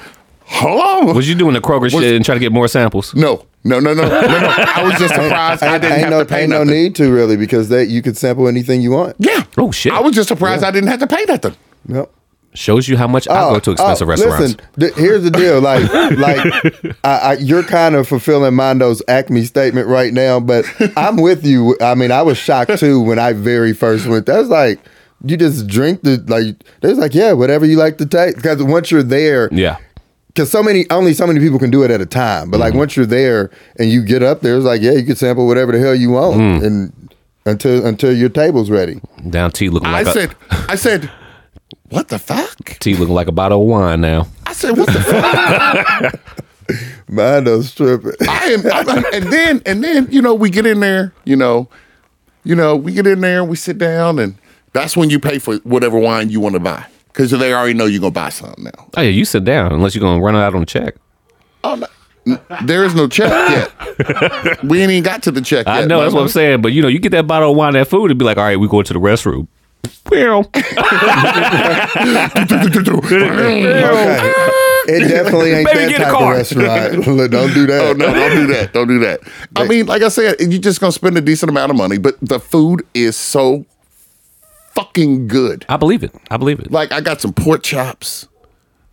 A: Hold on.
C: Was you doing the Kroger shit and trying to get more samples?
A: No, no, no, no, no, no. I was just surprised I didn't
B: ain't
A: have
B: no,
A: to pay
B: ain't no
A: nothing.
B: need to really because that you could sample anything you want.
A: Yeah.
C: Oh, shit.
A: I was just surprised I didn't have to pay nothing.
B: Yep.
C: Shows you how much I go to expensive restaurants.
B: th- here's Oh, the deal. Like, like I, I, you're kind of fulfilling Mondo's Acme statement right now, but I'm with you. I mean, I was shocked too when I very first went. That's like you just drink the like. There's like yeah, whatever you like to take. Because once you're there,
C: Yeah.
B: Because so many, only so many people can do it at a time. But like
C: Mm-hmm.
B: once you're there and you get up there, it's like yeah, you can sample whatever the hell you want,
C: Mm.
B: and until until your table's ready.
C: Down T looking
A: I
C: like a
A: said, I said, what the fuck?
C: T looking like a bottle of wine now.
A: I said, what the fuck?
B: Mondo's tripping.
A: I am, I'm, I'm- and then and then you know we get in there, you know, you know we get in there and we sit down, and that's when you pay for whatever wine you want to buy because they already know you're gonna buy something now.
C: Oh yeah, you sit down unless you're gonna run out on a check.
A: Oh, no. N- There is no check yet. we ain't even got to the check yet.
C: I know that's what I'm
A: mama.
C: saying, but you know, you get that bottle of wine, that food, and be like, all right, we going to the restroom. Well,
B: Okay. It definitely ain't
C: Baby,
B: that
C: get a
B: type
C: car.
B: of restaurant. Look, Don't do that.
A: Oh, no, don't do that. Don't do that. I mean, like I said, you're just going to spend a decent amount of money, but the food is so fucking good.
C: I believe it. I believe it.
A: Like, I got some pork chops.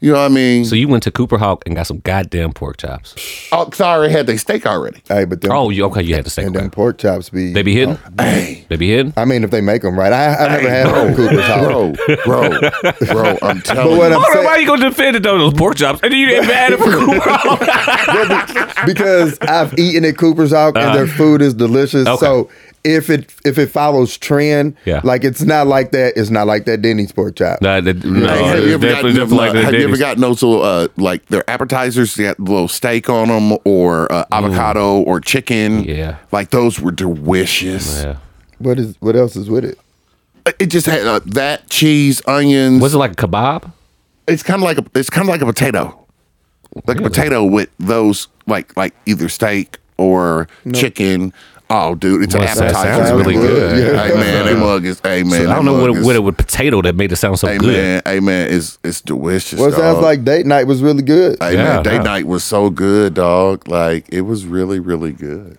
A: You know what I mean?
C: So you went to Cooper Hawk and got some goddamn pork chops.
A: oh, sorry, I had their steak already.
B: Hey, but them,
C: Oh, you okay? You had to say
B: and them
C: crap.
B: pork chops be.
C: They be hidden.
A: Hey.
C: They be hidden.
B: I mean, if they make them right, I, I've never had
A: Bro,
B: them Cooper's Hawk.
A: bro, bro, bro, I'm telling
B: But what
A: you.
B: I'm
C: Hold on, why
B: saying,
C: you gonna defend it though? Those pork chops, and then you didn't mad at for Cooper Hawk.
B: because I've eaten at Cooper's Hawk and
C: Uh-huh.
B: their food is delicious.
C: Okay.
B: So if it if it follows trend,
C: Yeah.
B: like it's not like that. It's not like that Denny's pork chop.
C: Nah, that- no,
A: Hey, have
C: it's
A: you ever gotten,
C: definitely different like
A: uh,
C: the
A: have you ever
C: Denny's.
A: gotten those little, uh, like their appetizers? They got little steak on them, or uh, avocado, or chicken.
C: Mm. Yeah.
A: like those were delicious.
C: Yeah.
B: What is what else is with it?
A: It just had uh, that cheese, onions.
C: Was it like a kebab?
A: it's kind of like a, it's kind of like a potato, like a potato with those like like either steak or chicken. Oh, dude, it's
C: Well, that
A: an appetizer.
C: sounds really
A: man.
C: good.
A: Hey man, that mug is. Hey man,
C: I
A: that
C: don't know what
A: mug
C: it,
A: is-
C: what it with potato that made it sound so
A: Hey
C: good.
A: man, hey man, it's it's delicious.
B: Well, it sounds
A: dog.
B: like date night was really good.
A: Hey
C: Yeah,
A: man, day
C: yeah.
A: night was so good, dog. Like it was really, really good.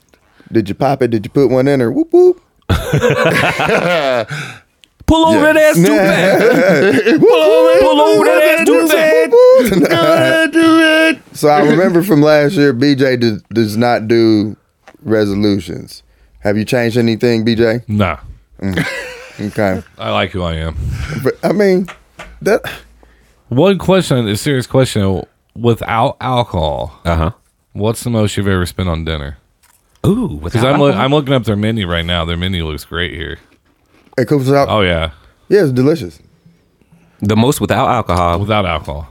B: Did you pop it? Did you put one in her? Whoop whoop.
C: Pull over
A: Yeah.
C: that ass too
B: Nah.
C: fast. Pull over that ass too fast.
B: So I remember from last year, BJ do, does not do resolutions. Have you changed anything, BJ?
D: Nah,
B: Okay,
D: I like who I am.
B: but I mean that.
D: One question, a serious question. Without alcohol,
C: Uh huh.
D: what's the most you've ever spent on dinner?
C: Ooh,
D: Because I'm loo- I'm looking up their menu right now. Their menu looks great here.
B: It comes out.
D: Oh yeah,
B: Yeah, it's delicious.
C: the most without alcohol.
D: without alcohol.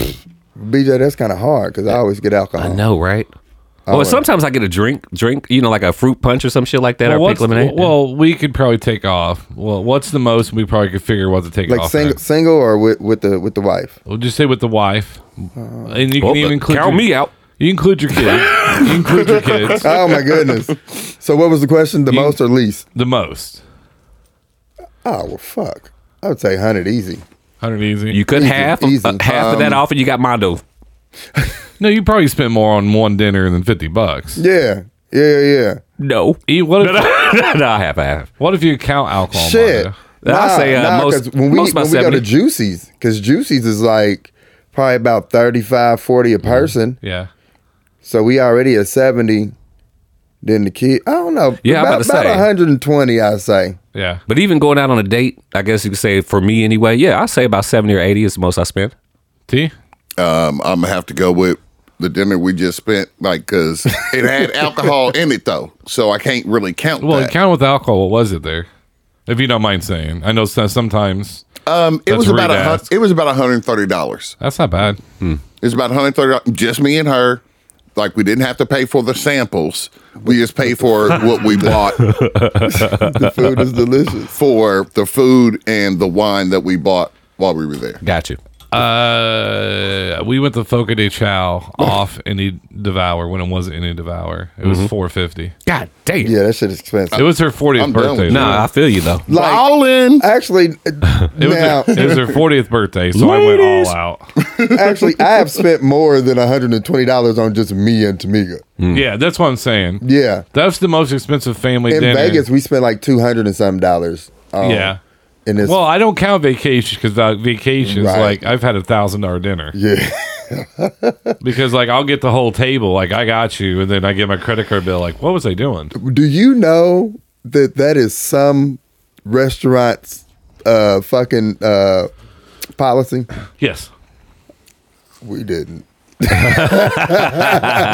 B: BJ, that's kind of hard because I always get alcohol.
C: I know, right? Oh, and
B: right.
C: sometimes I get a drink, drink, you know, like a fruit punch or some shit like that, or
D: what's-
C: pink lemonade.
D: well, we could probably take off. Well, what's the most we probably could figure what to take
B: Like
D: off?
B: single,
D: at?
B: single or with, with the with the wife.
D: We'll just say with the wife, and you
C: Uh, Well,
D: can even
C: but
D: include
C: count
D: your-
C: me out.
D: You include your kids. you include your kids
B: Oh my goodness. so what was the question? The
D: You-
B: most or least?
D: the most.
B: Oh well, fuck. I would say hundred easy.
D: Hundred easy.
C: You cut
B: Easy,
C: half of-
B: easy.
C: uh, half of that
A: Um,
C: off, and you got Mondo.
D: no, you probably spent more on one dinner than fifty bucks.
B: Yeah, yeah, yeah.
C: No,
D: E- What
C: no,
D: if,
C: no, no, half, half.
D: what if you count alcohol?
B: Shit.
D: Mondo?
C: I'd say, uh, most-
B: 'cause when we
C: most about
B: when we go to
C: 70.
B: Juicy's, because Juicy's is like probably about 35, 40
C: Mm-hmm.
B: a person.
D: Yeah.
B: So we already at 70. Then the kid, I don't know.
C: Yeah, I'm
B: about,
C: about to say.
B: 120, I say.
D: Yeah.
C: But even going out on a date, I guess you could say for me anyway. Yeah, I say about seventy or eighty is the most I spend.
D: T.
A: Um, I'm gonna have to go with the dinner we just spent, like, cause it had alcohol in it though, so I can't really count
D: Well,
A: that.
D: count with alcohol. What was it there? If you don't mind saying, I know so- sometimes
A: Um, it
D: That's
A: was about
D: rude
A: a
D: to
A: hun-
D: ask.
A: it was about one hundred thirty dollars.
D: That's not bad.
A: It's about one hundred thirty dollars. Just me and her. Like we didn't have to pay for the samples. We just paid for what we bought
B: The food is delicious.
A: for the food and the wine that we bought while we were there.
D: Got you. Uh, we went to Foca de Chao off any devour when it wasn't any devour. It
B: Mm-hmm.
D: was four fifty.
C: God damn.
B: Yeah, that shit is
D: It
B: expensive.
D: was her
A: I'm
D: fortieth
A: done with
D: birthday.
A: it.
D: though.
C: Nah, I feel you though.
B: Like-
A: Ballin'.
B: Actually, uh,
D: it was,
B: now,
D: her, it was her fortieth birthday, so
C: Ladies.
D: I went all out.
B: actually, I have spent more than $120 on just me and Tamika.
C: Mm.
D: Yeah, that's what I'm saying.
B: Yeah.
D: That's the most expensive family
B: In
C: uh,
D: dinner.
B: Vegas, we spent like 200 and something dollars. um,
D: yeah.
B: And it's,
D: Well, I don't count vacations because vacations,
B: Right.
D: like I've had a thousand dollar dinner
B: yeah.
D: because, like, I'll get the whole table, like I got you, and then I get my credit card bill. Like, what was I doing?
B: Do you know that that is some restaurants uh fucking uh policy?
D: Yes.
B: We didn't.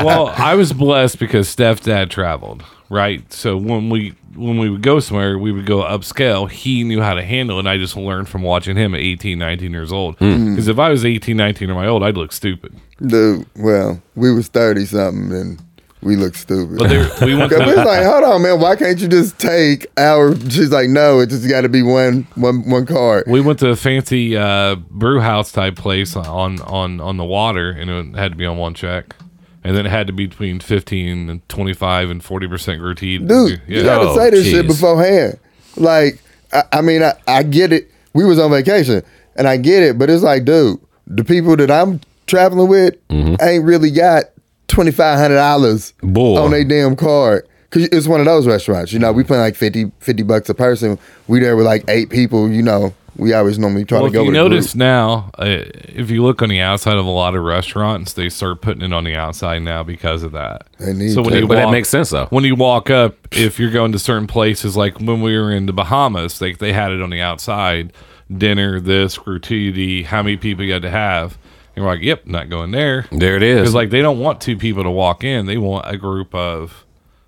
D: well, I was blessed because Steph's dad traveled, right? So when we when we would go somewhere, we would go upscale. He knew how to handle it. And I just learned from watching him at 18, 19 years old. Because if I was 18, 19 or my old, I'd look stupid.
B: Dude, well, we was thirty something and we looked stupid.
D: But there, we went.
B: 'Cause we
D: To,
B: was like, hold on, man, why can't you just take our? She's like, no, it just got to be one, one, one card.
D: we went to a fancy uh, brew house type place on on on the water, and it had to be on one check. And then it had to be between 15 and 25 and 40% gratuity.
B: dude.
D: yeah.
B: You gotta
C: Oh,
B: say this
C: jeez.
B: shit beforehand. Like, I, I mean, I, I get it. We was on vacation, and I get it, but it's like, dude, the people that I'm traveling with ain't really got twenty five hundred dollars
C: Mm-hmm. Boy.
B: on their damn card. Cause it's one of those restaurants, you know. We pay like 50, 50 bucks a person. We there with like eight people, you know. We always normally try to
D: Well, if
B: go.
D: you
B: with
D: notice now, uh, if you look on the outside of a lot of restaurants, they start putting it on the outside now because of that.
B: They need
D: so when
B: to.
D: you
C: But that
D: walk-
C: makes sense though.
D: When you walk up, if you're going to certain places, like when we were in the Bahamas, they they had it on the outside, dinner, this gratuity, how many people you had to have, and we're like, yep, not going there.
C: There it
D: Because
C: is.
D: like they don't want two people to walk in; they want a group of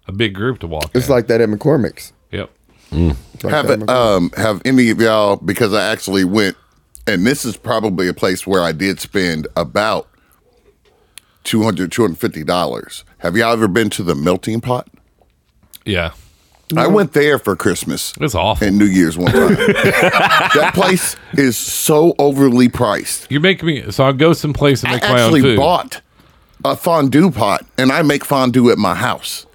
D: a big group to walk.
B: It's
D: in.
B: like that at McCormick's.
D: yep.
B: It's like that
A: Have
B: at
A: um have any of y'all because I actually went and this is probably a place where I did spend about 200 250 dollars. Have y'all ever been to the melting pot?
D: Yeah,
A: I went there for Christmas
D: it's awful.
A: and New Year's one time. that place is so overly priced.
D: you make me so I'll go someplace and
A: I
D: make my own
A: actually
D: food.
A: bought a fondue pot and I make fondue at my house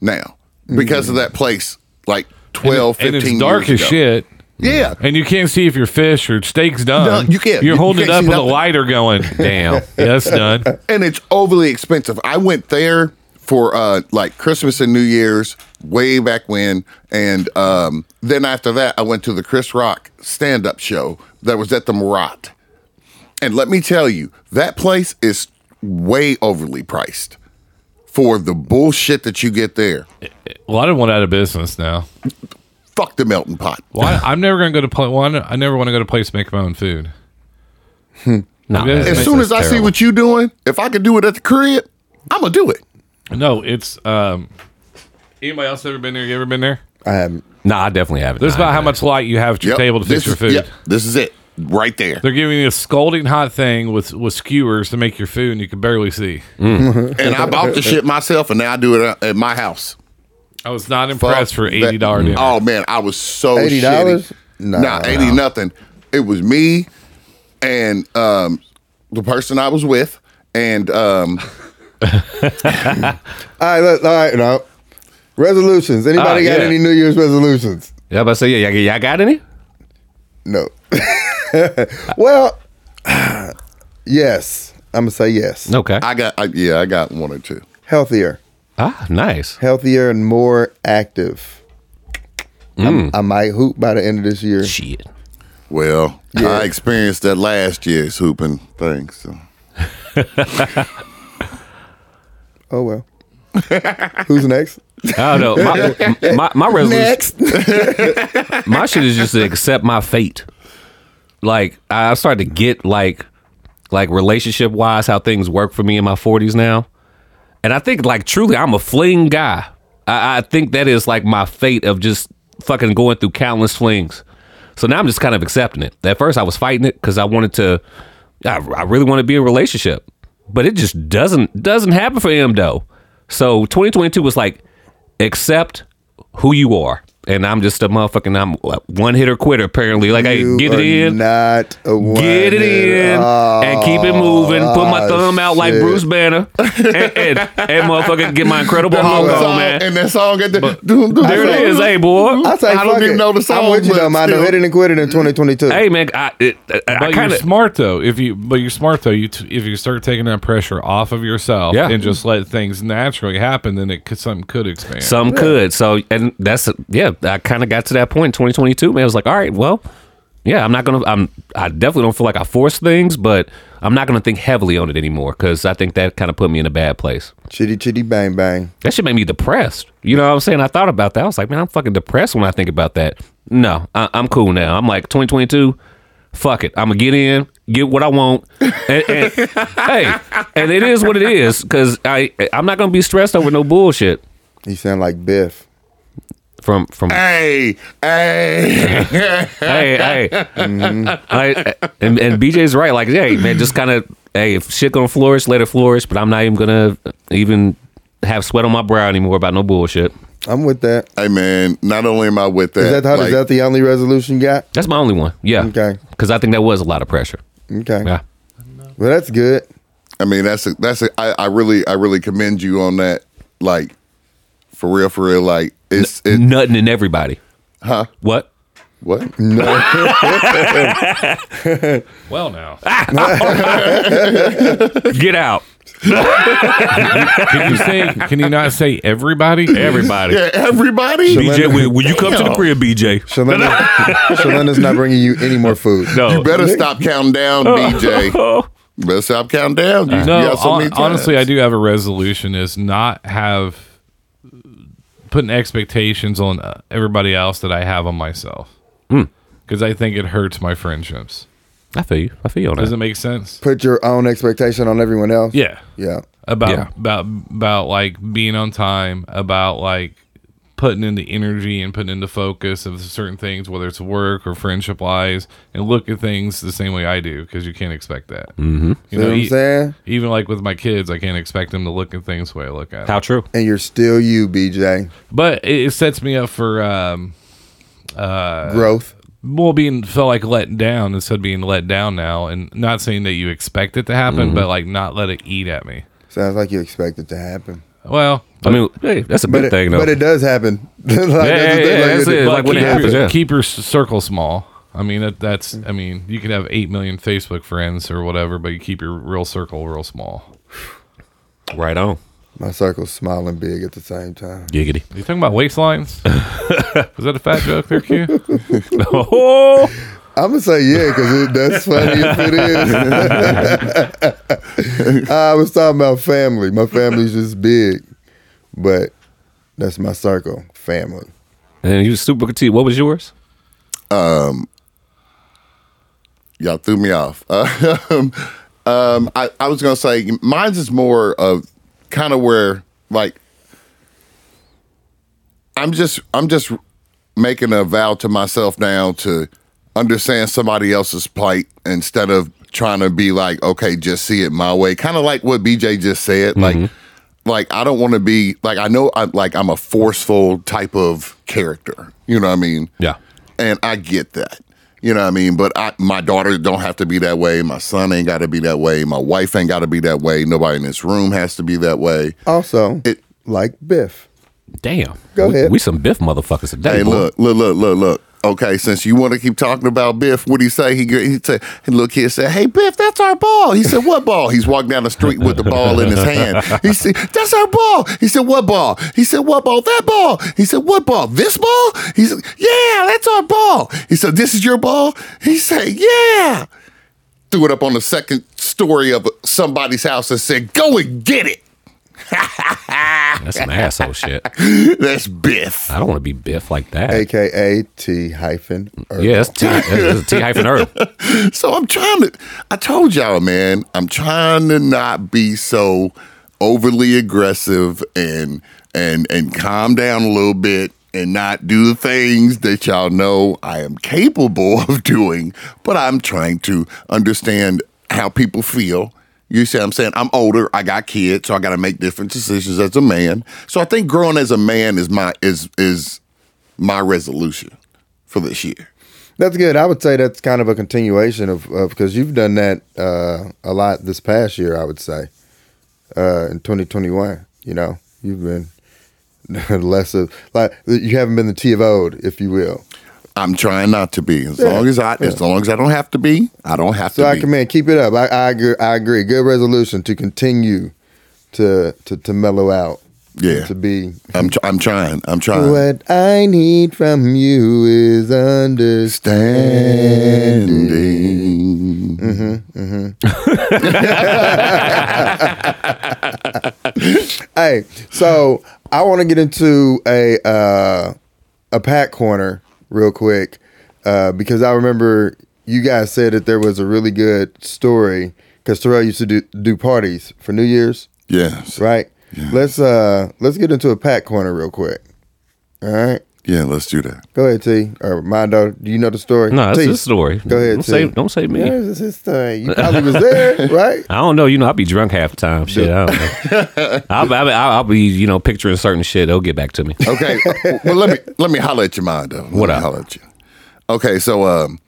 A: now because of that place like 12
D: Mm. and
A: 15
D: it's dark as
A: years ago.
D: shit.
A: Yeah.
D: And you can't see if your fish or steak's done.
A: No, you can't. You-
D: You're
A: you
D: holding
A: can't
D: it up
A: see
D: with
A: nothing.
D: a lighter going, damn, that's done.
A: and it's overly expensive. I went there for uh like Christmas and New Year's way back when and um then after that I went to the Chris Rock stand up show that was at the Marat. And let me tell you, that place is way overly priced for the bullshit that you get there.
D: Well, I don't want out of business now.
A: Fuck the melting pot.
D: Well, I, I'm never going to go to place. Well, I ne- I never want to go to place to make my own food.
C: Nah,
D: As
C: that's-
A: As soon
C: that's
A: as I see
C: terrible.
A: what you doing, if I could do it at the crib, I'm gonna do it.
D: No, it's. um Anybody else ever been there? You ever been there?
B: I haven't.
C: Nah, I definitely haven't.
D: This is
C: Nah,
D: about
C: I
D: how
C: haven't.
D: much light you have at your
A: Yep,
D: table to fix
A: this
D: your
A: is-
D: food.
A: yep, this is it. Right there.
D: They're giving you a scalding hot thing with, with skewers to make your food, and you can barely see.
A: and I bought the shit myself, and now I do it uh, at my house.
D: I was not
A: Fuck
D: impressed for
A: that-
D: $80 dinner.
A: Oh man, I was so
B: $80?
A: eighty dollars. Nah,
B: Nah.
A: eighty nothing. It was me and um, the person I was with, and um,
B: All right, let, all right, no. Resolutions. Anybody
C: Ah,
B: got
C: yeah.
B: any New Year's resolutions?
C: Yeah, I'm about to say, yeah, y'all, y'all got any?
B: No. well, yes. I'm gonna say yes.
C: Okay.
A: I got I, yeah, I got one or two.
B: Healthier,
C: ah, nice.
B: healthier, and more active.
C: Mm.
B: I'm- I might hoop by the end of this year.
C: Shit.
A: Well,
B: Yeah.
A: I experienced that last year's hooping thing. So
B: Oh well. Who's next?
C: I don't know. My, my, my resolution. my shit is just to accept my fate. Like I started to get like like relationship wise how things work for me in my forties now. And I think like truly I'm a fling guy. I, I think that is like my fate of just fucking going through countless flings. So now I'm just kind of accepting it. At first, I was fighting it because I wanted to. I, I really want to be in a relationship, but it just doesn't doesn't happen for him though. So 2022 was like, accept who you are, and I'm just a motherfucking I'm one hitter quitter apparently. Like,
B: You
C: hey, get
B: are
C: it in,
B: Not a one
C: get it in and keep it moving. Put my
B: Oh,
C: thumb out like
B: shit.
C: Bruce Banner and, and, and motherfucking get my Incredible Hulk
A: That
C: Oh, on,
A: song,
C: man.
A: and that song at the do, do,
C: There it is, hey boy.
B: I, say,
A: I don't
B: fuck
A: even
B: it.
A: know the
B: I'm
A: song,
B: with you
A: but
B: though, man.
A: still.
B: Hit it and quit it in 2022.
C: Hey man, I it, I- I
D: But
C: kind
D: you're
C: of
D: smart though. If you but you're smart though. You t- if you start taking that pressure off of yourself
C: Yeah.
D: and just let things naturally happen, then it could something could expand.
C: some could so and that's yeah. I kind of got to that point in 2022. Man, I was like, all right, well, yeah, I'm not gonna. I'm I definitely don't feel like I force things, but I'm not gonna think heavily on it anymore because I think that kind of put me in a bad place.
B: Chitty chitty bang bang.
C: That shit made me depressed. You know what I'm saying? I thought about that. I was like, man, I'm fucking depressed when I think about that. No, I, I'm cool now. I'm like 2022. Fuck it. I'm gonna get in, get what I want, and, and hey, and it is what it is. Cause I I'm not gonna be stressed over no bullshit
B: You sound like Biff.
C: from from
A: Hey, hey.
C: hey, hey. Like, and, and BJ's right. Like, hey, man, just kind of, hey, if shit gonna flourish, let it flourish. But I'm not even gonna even have sweat on my brow anymore about no bullshit.
B: I'm with that.
A: hey, man. Not only am I with that,
B: Is that how,
A: like,
B: is that the only resolution you got?
C: That's my only one. Yeah.
B: Okay.
C: Because I think that was a lot of pressure.
B: Okay.
C: Yeah.
B: Well, that's good.
A: I mean, that's a, that's a, I, I really I really commend you on that. Like, for real, for real. Like, it's it,
C: Nothing in everybody. Huh? What?
A: what?
D: well now.
C: Get out.
D: Can you say? Can you not say everybody?
C: Everybody.
A: Yeah, everybody.
C: BJ, will, will you come to the
A: Damn.
C: crib, BJ?
B: Shalana, Shalana's not bringing you any more food.
C: No.
A: You better stop counting down, DJ.
C: Oh.
A: You better stop counting down. You, you
D: No,
A: got so
D: hon-
A: many times.
D: honestly, I do have a resolution: is not have putting expectations on uh, everybody else that I have on myself,
C: Hmm.
D: because I think it hurts my friendships.
C: I feel you. I feel you on
D: Does it
C: that.
D: make sense?
B: Put your own expectation on everyone else.
D: Yeah,
B: Yeah.
D: about
C: Yeah.
D: about about like being on time, about like putting into energy and putting into focus of certain things, whether it's work or friendship wise, and look at things the same way I do because you can't expect that. Mm-hmm. You
B: You know what I'm
D: e-
B: saying?
D: even like with my kids, I can't expect them to look at things the way I look at. 'em.
C: How true.
B: And you're still you, BJ.
D: but it, it sets me up for um
C: Uh,
B: Growth.
D: well being felt like let down instead of being let down now and not saying that you expect it to
C: Mm-hmm.
D: happen but like not let it eat at me
B: Sounds like you expect it to happen.
D: well
C: I mean, hey, that's a
B: But
C: big
B: it,
C: thing, though.
B: but it does happen. like, that's the
C: yeah,
B: thing,
C: yeah, that's
B: it-
C: it. like
D: keep,
C: when it happens,
D: your,
C: yeah.
D: keep your s- circle small i mean that, that's i mean you can have 8 million facebook friends or whatever but you keep your real circle real small
C: right on.
B: My circle's smiling big at the same time.
C: Giggity.
D: you talking about waistlines was that a fat joke there q
C: oh.
B: I'm gonna say yeah because that's funny if it is. I was talking about family. My family's just big, but that's my circle, family.
C: And you super T. What was yours?
A: y'all threw me off. Um, um, I, I was gonna say mine's is more of kind of where like I'm just I'm just making a vow to myself now to understand somebody else's plight instead of trying to be like okay just see it my way kind of like what BJ just said like like I don't want to be like I know I like I'm a forceful type of character you know what I mean
C: Yeah.
A: and I get that. You know what I mean? But I, my daughters don't have to be that way. My son ain't got to be that way. My wife ain't got to be that way. Nobody in this room has to be that way.
B: Also,
A: It-
B: like Biff.
C: Damn.
B: Go
C: we,
B: ahead.
C: We some biff motherfuckers today.
A: Hey,
C: boy.
A: look, look, look, look, look. Okay, since you want to keep talking about Biff, what do you say? He go- he said, and little kid said, "Hey Biff, that's our ball." He said, "What ball?" He's walking down the street with the ball in his hand. He said, "That's our ball." He said, "What ball?" He said, "What ball?" That ball. He said, "What ball?" This ball. He said, "Yeah, that's our ball." He said, "This is your ball." He said, "Yeah." Threw it up on the second story of somebody's house and said, "Go and get it."
C: That's some asshole shit.
A: That's Biff.
C: I don't want to be biff like that.
B: AKA T hyphen. Earth.
C: Yeah, that's T, that's- that's T hyphen Earl.
A: So I'm trying to. I told y'all, man. I'm trying to not be so overly aggressive and and and calm down a little bit and not do the things that y'all know I am capable of doing, but I'm trying to understand how people feel. You see what I'm saying? I'm older, I got kids, so I gotta make different decisions as a man. So I think growing as a man is my is is my resolution for this year.
B: That's good. I would say that's kind of a continuation of because you've done that uh, a lot this past year. I would say uh, in 2021, you know, you've been less of like you haven't been the T of O'd, if you will.
A: I'm trying not to be. As long as I as long as I don't have to be, I don't have
B: So
A: to
B: I
A: be.
B: commend. Keep it up. I, I agree. I agree. Good resolution to continue to to, to mellow out.
A: Yeah.
B: To be
A: I'm tr- I'm trying. I'm trying.
B: what I need from you is understanding.
A: Ending.
B: Hey, so I want to get into a uh, a pack corner real quick uh, because I remember you guys said that there was a really good story because Terrell used to do, do parties for New Year's,
A: Yes.
B: right? Let's uh let's get into a pack corner real quick. All right,
A: Yeah, let's do that.
B: go ahead, T or Mondo. Do you know the story?
C: No, that's
B: T,
C: his story.
B: Go ahead,
C: Don't
B: T.
C: say, don't say me.
B: Yeah, this is his story. You probably was there, right?
C: I don't know. You know, I'll be drunk half the time. Shit, I don't know. I'll, I'll, I'll, I'll be, you know, picturing certain shit. It'll get back to me.
A: Okay. well, let me let me holler at your mind though. Let
C: What
A: me
C: up?
A: holler at you. Okay, so um,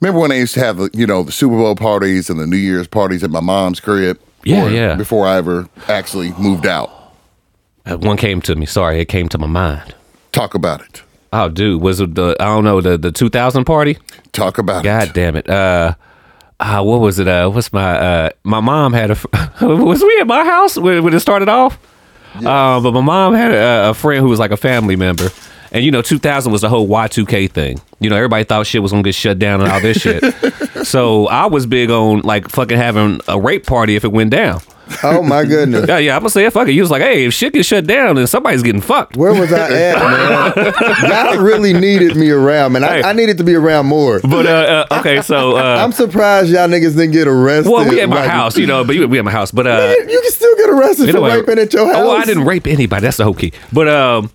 A: remember when I used to have the, you know the Super Bowl parties and the New Year's parties at my mom's crib?
C: Yeah,
A: Or-
C: yeah.
A: Before I ever actually moved out.
C: Uh, One came to me. Sorry, it came to my mind.
A: Talk about it.
C: Oh, dude, was it the I don't know the the 2000 party?
A: Talk about
C: God
A: it.
C: damn it. Uh, uh what was it? Uh, what's my uh, my mom had a fr- was we at my house when, when it started off? Uh, but my mom had a, a friend who was like a family member. And you know, 2000 was the whole Y2K thing. You know, everybody thought shit was gonna get shut down and all this shit. so I was big on like fucking having a rape party if it went down.
B: Oh my goodness.
C: Yeah, yeah, I'm gonna say it. Fuck it. You was like, hey, if shit gets shut down, then somebody's getting fucked.
B: Where was I at, man? Y'all really needed me around, man. I,
C: Hey.
B: I needed to be around more.
C: But uh, uh okay, so uh,
B: I'm surprised y'all niggas didn't get arrested.
C: Well, we at my
B: Like,
C: house, you know, but you- we at my house, but uh,
B: You you can still get arrested for
C: anyway-
B: raping at your house.
C: Oh, well, I didn't rape anybody. That's the whole key. But um,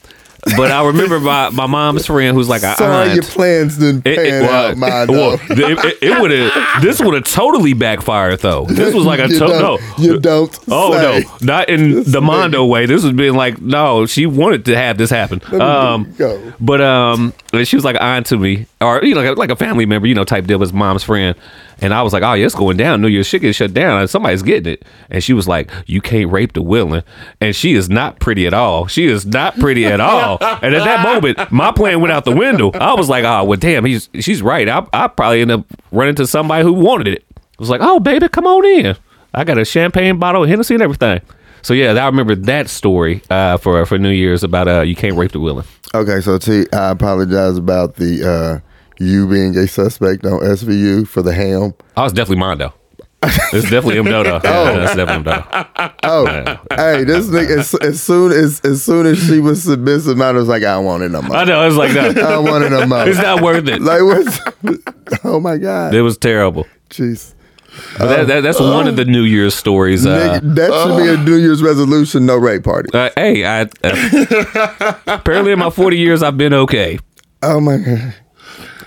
C: but I remember my, my mom's friend who's like a
B: Sorry,
C: aunt.
B: your plans didn't
C: Uh-huh. It-
B: pan
C: it-
B: out, my
C: well, it, would have. This would have totally backfired, though. This was like a
B: you
C: to- no.
B: don't, You don't.
C: Oh
B: say.
C: no, not in the Mondo way. This was being like, no, she wanted to have this happen. Um,
B: go.
C: but um, and she was like on to me, or you know, like, like a family member, you know, type deal. Was mom's friend, and I was like, oh yeah, it's going down. New Year's shit getting shut down. Somebody's getting it, and she was like, you can't rape the willing, and she is not pretty at all. She is not pretty at all. and at that moment, my plan went out the window. I was like, oh well, damn, he's she's right. I I probably end up running to somebody who wanted it. It was like, oh baby, come on in. I got a champagne bottle, Hennessy, and everything. So yeah, I remember that story uh, for for New Year's about uh, you can't rape the willing.
B: Okay, so T, I apologize about the uh, you being a suspect on SVU for the ham.
C: Oh, it's definitely Mondo. It's definitely M Dodo. Yeah, that's definitely M Dodo.
B: Oh, hey, this nigga. As, as soon as as soon as she was submissive, I was like, I don't want it no more.
C: I
B: I
C: know. It's like no,
B: don't want it no more.
C: it's not worth it.
B: Like what's Oh my god.
C: It was terrible.
B: Jeez.
C: But that, that, that's one of the New Year's stories. Uh,
B: Nigga, that should be a New Year's resolution, no rape party.
C: uh, hey, I uh, apparently in my forty years I've been okay
B: Oh my god.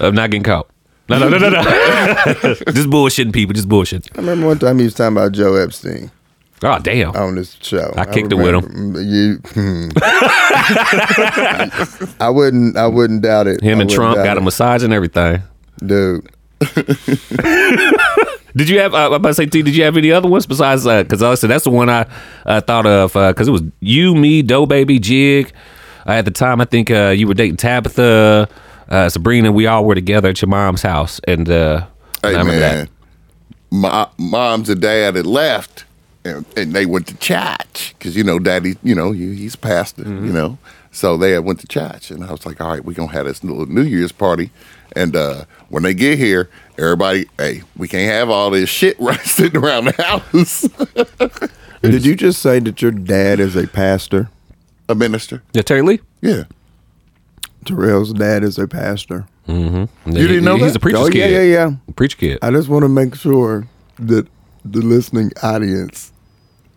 C: of not getting caught. No, no, no, no, no. just bullshitting people. Just bullshit.
B: I remember one time he was talking about Joe Epstein
C: Oh damn.
B: on this show.
C: I kicked it with
B: remember- You, hmm. I wouldn't. I wouldn't doubt it.
C: Him
B: I
C: and
B: wouldn't
C: Trump
B: doubt
C: got a
B: it.
C: massage and everything.
B: dude.
C: Did you have? Uh, I'm about to say, T. Did you have any other ones besides? Because I said that's the one I uh, thought of. Because it was you, me, Doe Baby, Jig. Uh, at the time, I think uh, you were dating Tabitha, uh, Sabrina. We all were together at your mom's house, and uh, I
A: Hey
C: remember
A: man, my mom's and dad had left, and, and they went to church because you know daddy, you know he, he's a pastor, you
C: Mm-hmm.
A: know, so they had went to church, and I was like, all right, we gonna have this little New Year's party, and uh, when they get here, everybody, hey, we can't have all this shit right sitting around the house.
B: Did you just say that your dad is a pastor?
A: a minister,
C: Yeah, Terry Lee.
A: yeah,
B: Terrell's dad is a pastor.
C: You
A: didn't know
C: he's
A: that?
C: a preacher's
B: oh yeah,
C: kid.
B: yeah, yeah.
C: Preacher kid.
B: I just want to make sure that the listening audience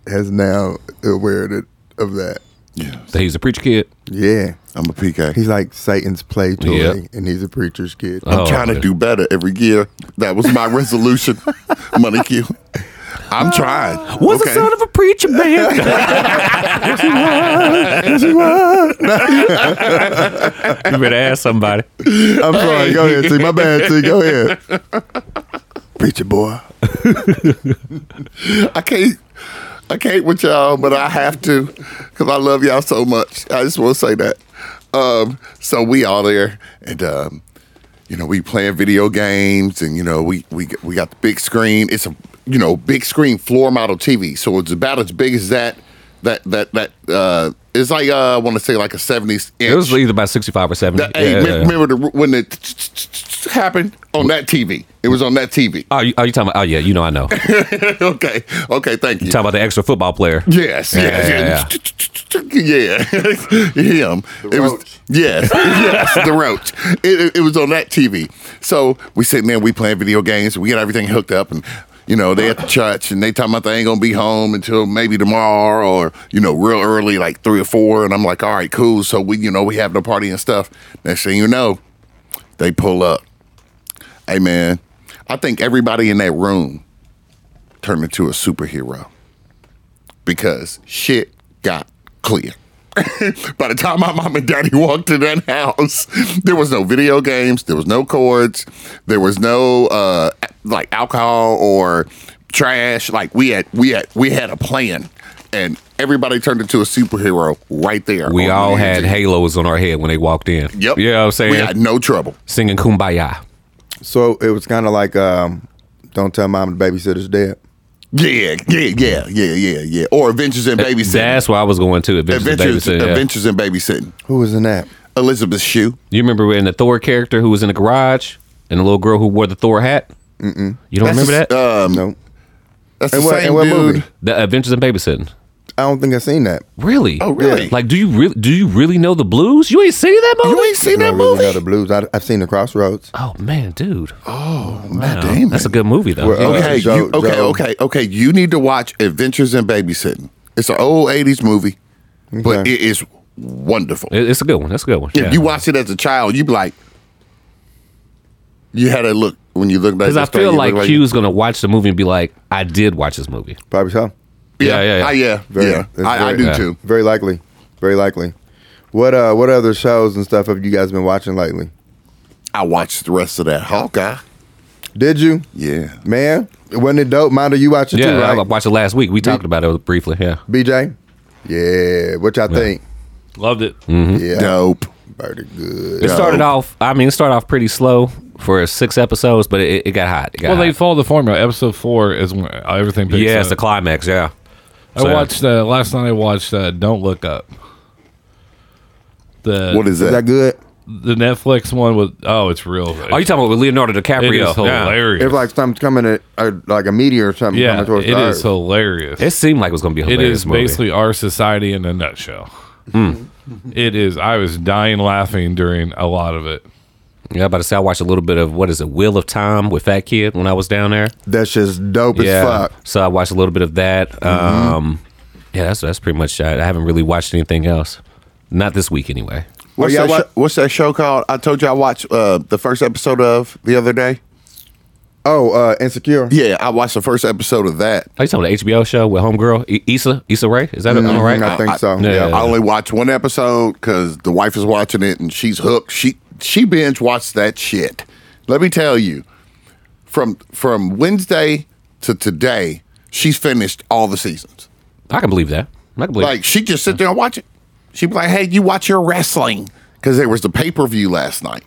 B: has now aware that, of that.
A: Yeah.
C: So he's a preacher kid.
B: Yeah.
A: I'm a PK.
B: He's like Satan's play toy,
C: Yep.
B: and he's a preacher's kid.
A: I'm
C: Oh,
A: trying to
C: man.
A: do better every year. That was my resolution, Money Q. I'm trying.
C: Was
A: okay.
C: the son of a preacher man. you better ask somebody.
B: I'm sorry. Go ahead, T. My bad, T. Go ahead. Preacher boy.
A: I can't. I can't with y'all, but I have to because I love y'all so much. I just want to say that. Um, so we all there, and um, you know we playing video games, and you know we we we got the big screen. It's a you know big screen floor model TV, so it's about as big as that. That that that uh, it's like uh, I want to say like a seventies inch.
C: It was either about sixty-five or seventy.
A: That- hey,
C: Yeah,
A: me-
C: yeah, yeah.
A: remember the, when it happened on that TV? It was on that TV.
C: Oh, you, oh, you talking about? Oh, yeah, you know, I know. You
A: okay, okay, thank you.
C: talking about the extra football player?
A: Yes, yes, yes. yeah, him. it was
B: roach.
A: yes, yes, the roach. It, it, it was on that TV. So we sitting there, we playing video games, we got everything hooked up, and you know they at the church, and they talking about they ain't gonna be home until maybe tomorrow, or you know real early, like three or four. And I'm like, all right, cool. So we, you know, we having a party and stuff. Next thing you know, they pull up. Hey man, I think everybody in that room turned into a superhero because shit got clear. By the time my mom and daddy walked to that house, there was no video games, there was no cords, there was no uh, like alcohol or trash. Like we had, we had, we had a plan, and everybody turned into a superhero right there.
C: We
A: on
C: all
A: the
C: had
A: AT.
C: halos on our head when they walked in.
A: Oh, Yep.
C: You know what I'm saying?
A: We had no trouble.
C: Singing Kumbaya.
B: So it was kind of like, um, don't tell mom the babysitter's dead.
A: Yeah, yeah, yeah, yeah, yeah, yeah. Or Adventures in Babysitting.
C: That's where I was going to. Adventures, in
A: Adventures,
C: Babysitting, yeah.
A: Adventures in Babysitting.
B: Who was in that?
A: Elizabeth Shue.
C: You remember when the Thor character who was in the garage and the little girl who wore the Thor hat? Mm-mm. You don't remember that?
A: Um,
B: No,
A: that's
B: And
A: the
B: what-
A: same
B: and what
A: dude.
B: movie?
C: the Adventures in Babysitting.
B: I don't think I seen that.
C: Really?
A: Oh, really? Yeah.
C: Like, do you really do you really know the blues? You ain't seen that movie?
A: You ain't seen
B: I
A: that
B: don't really know
A: movie?
B: the blues. I, I've seen the Crossroads.
C: oh man, dude. Oh,
A: Matt Damon.
C: that's a good movie though.
B: Well,
C: Yeah.
A: Okay,
B: Joe-
A: you, okay,
B: Joe-
A: okay, okay. You need to watch Adventures in Babysitting. It's an old '80s movie, but
B: Okay.
A: it is wonderful.
C: It- It's a good one. That's a good one.
A: if you watch it as a child, you be like, you had a look when you looked at.
C: because I
A: this thing,
C: feel
A: you
C: like
A: look
C: Q's gonna watch the movie and be like, "I did watch this movie."
B: Probably so.
A: Yeah,
C: Yeah, yeah,
A: yeah,
C: yeah.
A: I, yeah,
B: Very-
A: yeah.
B: that's
A: I, I
B: very-
A: do
C: yeah.
A: too.
B: Very likely. Very likely. What uh? What other shows and stuff have you guys been watching lately?
A: I watched the rest of that Hawkeye.
B: Did you?
A: Yeah,
B: Man, wasn't it dope? Mind you watched it
C: Yeah,
B: too, right?
C: I watched it last week. We talked about it briefly. Yeah,
B: BJ? Yeah. What y'all think?
D: Loved it.
C: Mm.
B: Yeah.
A: dope.
B: Very good.
C: it started
A: Dope.
C: off. I mean, it started off pretty slow for six episodes, but it, it got hot. It got
D: Well, they
C: hot.
D: follow the formula. Episode four is when everything picks
C: yeah,
D: up.
C: it's the climax. Yeah,
D: I
C: So-
D: watched uh, last night. I watched uh, Don't Look Up. The
A: What is
B: Is that
A: that?
B: good?
D: the Netflix one with? Oh, it's real.
C: Are you talking about with Leonardo
D: It
C: DiCaprio?
D: is hilarious.
B: If like something's coming at uh, like a meteor or something
D: yeah,
B: coming towards
D: it
B: the
D: is
B: Earth.
D: hilarious.
C: It seemed like it was going to be a
D: it
C: hilarious
D: is
C: movie. Hmm.
D: basically our society in a nutshell. It is. I was dying laughing during a lot of it.
C: yeah, I'm about to say I watched a little bit of what is it, Wheel of Time with Fat Kid when I was down there.
B: That's just dope
C: yeah,
B: as fuck.
C: so I watched a little bit of that.
D: Mm-hmm.
C: Um, yeah, that's that's pretty much. it. I haven't really watched anything else. Not this week, anyway.
A: What's,
B: Well,
A: that
B: yeah, I
A: sho- what's that show called? I told you I watched uh, the first episode of the other day.
B: Oh, uh, Insecure.
A: Yeah, I watched the first episode of that.
C: Are you talking about the HBO show with Homegirl I- Issa Issa Rae? Is that
D: Mm-hmm.
C: mm all right?
B: I think so.
C: Yeah.
A: I only watched one episode because the wife is watching it and she's hooked. She she binge watched that shit. Let me tell you, from from Wednesday to today, she's finished all the seasons.
C: I can believe that. I can believe.
A: Like she just sit there and watch it. She be like, "Hey, you watch your wrestling?" Because there was the pay per view last night.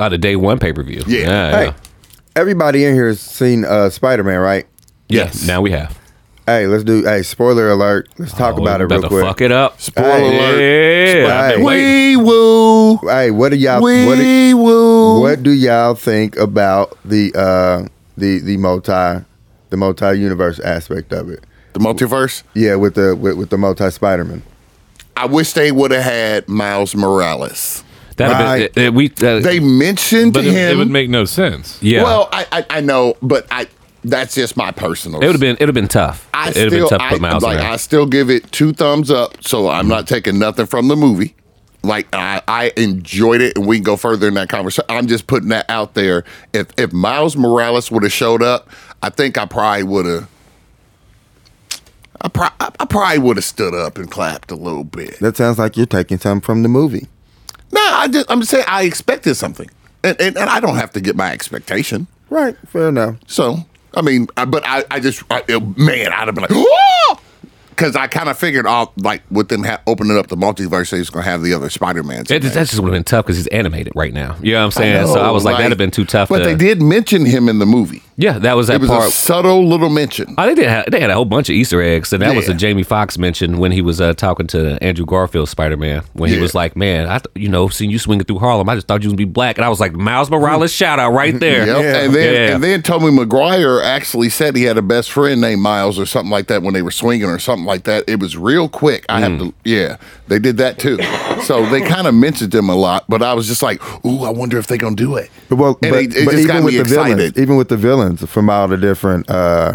C: out of day one pay per view.
A: Yeah.
C: yeah.
B: Hey, everybody in here has seen uh, Spider Man, right?
C: Yes. Now we have.
B: Hey, let's do. Hey, spoiler alert. Let's talk
C: Oh,
B: about
C: we
B: it
C: about
B: real
C: to
B: quick.
C: Fuck it up.
A: Spoiler alert.
C: Yeah. I've been
B: Hey.
C: waiting.
A: Wee woo,
B: Hey, what do
A: Uh,
B: y'all? What do,
A: wee woo.
B: What do y'all think about the uh, the the multi the multi universe aspect of it?
A: The multiverse.
B: Yeah, with the with, with the multi Spider Man.
A: I wish they would have had Miles Morales.
C: That'd have been- it- it- we. uh,
A: They mentioned
D: But it,
A: him.
D: it would make no sense.
C: yeah.
A: Well, I, I I know, but I That's just my personal.
C: It would have been it would have been tough.
A: I
C: it would have been
A: still,
C: tough to
A: I,
C: put Miles
A: like,
C: in there.
A: I still give it two thumbs up. So I'm not taking nothing from the movie. Like I, I enjoyed it, and we can go further in that conversation. I'm just putting that out there. If if Miles Morales would have showed up, I think I probably would have. I, pro- I I probably would have stood up and clapped a little bit.
B: That sounds like you're taking something from the movie.
A: No, I just I'm saying I expected something, and, and and I don't have to get my expectation.
B: Right. Fair enough.
A: So I mean, I, but I, I just I, it- man, I'd have been like, oh, because I kind of figured off like with them ha- opening up the multiverse, they was gonna have the other Spider Mans.
C: It, that just would have been tough because he's animated right now. You know what I'm saying? so I was like, that'd have been too tough.
A: But
C: to,
A: they did mention him in the movie.
C: Yeah, that was that
A: It was
C: part.
A: a subtle little mention.
C: I think Oh, they had, they had a whole bunch of Easter eggs, and that was
A: Yeah.
C: the Jamie Foxx mention when he was uh, talking to Andrew Garfield Spider Man when he
A: Yeah.
C: was like, "Man, I th- you know seen you swinging through Harlem, I just thought you was gonna be black," and I was like, "Miles Morales shout out right there."
A: Mm. Mm-hmm. Yep. And then
C: Yeah.
A: and then Tommy McGuire actually said he had a best friend named Miles or something like that when they were swinging or something like that. It was real quick. I
C: Hmm.
A: have to yeah, they did that too. so they kind of mentioned him a lot, but I was just like, ooh, I wonder if they gonna do it.
B: Well,
A: and
B: but,
A: it, it
B: but
A: just
B: even
A: got
B: with
A: me
B: the
A: excited.
B: villains, even with the villains from all the different uh,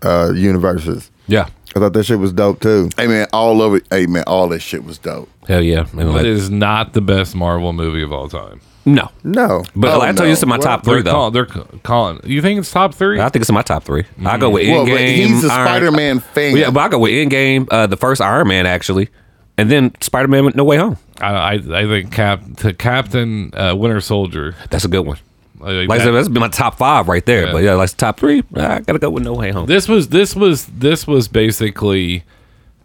B: uh, universes,
D: Yeah.
B: I thought that shit was dope too.
A: Hey man, all of it. Hey man, all this shit was dope.
C: Hell yeah! And
D: That
C: like-
D: is not the best Marvel movie of all time.
C: no,
B: No,
C: but
A: Oh,
C: like, I tell you, it's in my
A: no.
C: top
D: They're,
C: three though.
D: call- they're c- calling. You think it's top three?
C: I think it's in my top 3 I go with Endgame.
A: Well, but he's a
C: Iron-
A: Spider-Man fan.
C: Yeah, but I go with Endgame, uh, the first Iron Man actually, and then Spider Man No Way Home.
D: I, I, I think Cap to Captain uh, Winter Soldier. Uh,
C: That's a good one.
D: Like
C: Like I
D: that-
C: said, that's been my top five right there. But yeah, like top three, I gotta go with No Way Home.
D: this was this was this was basically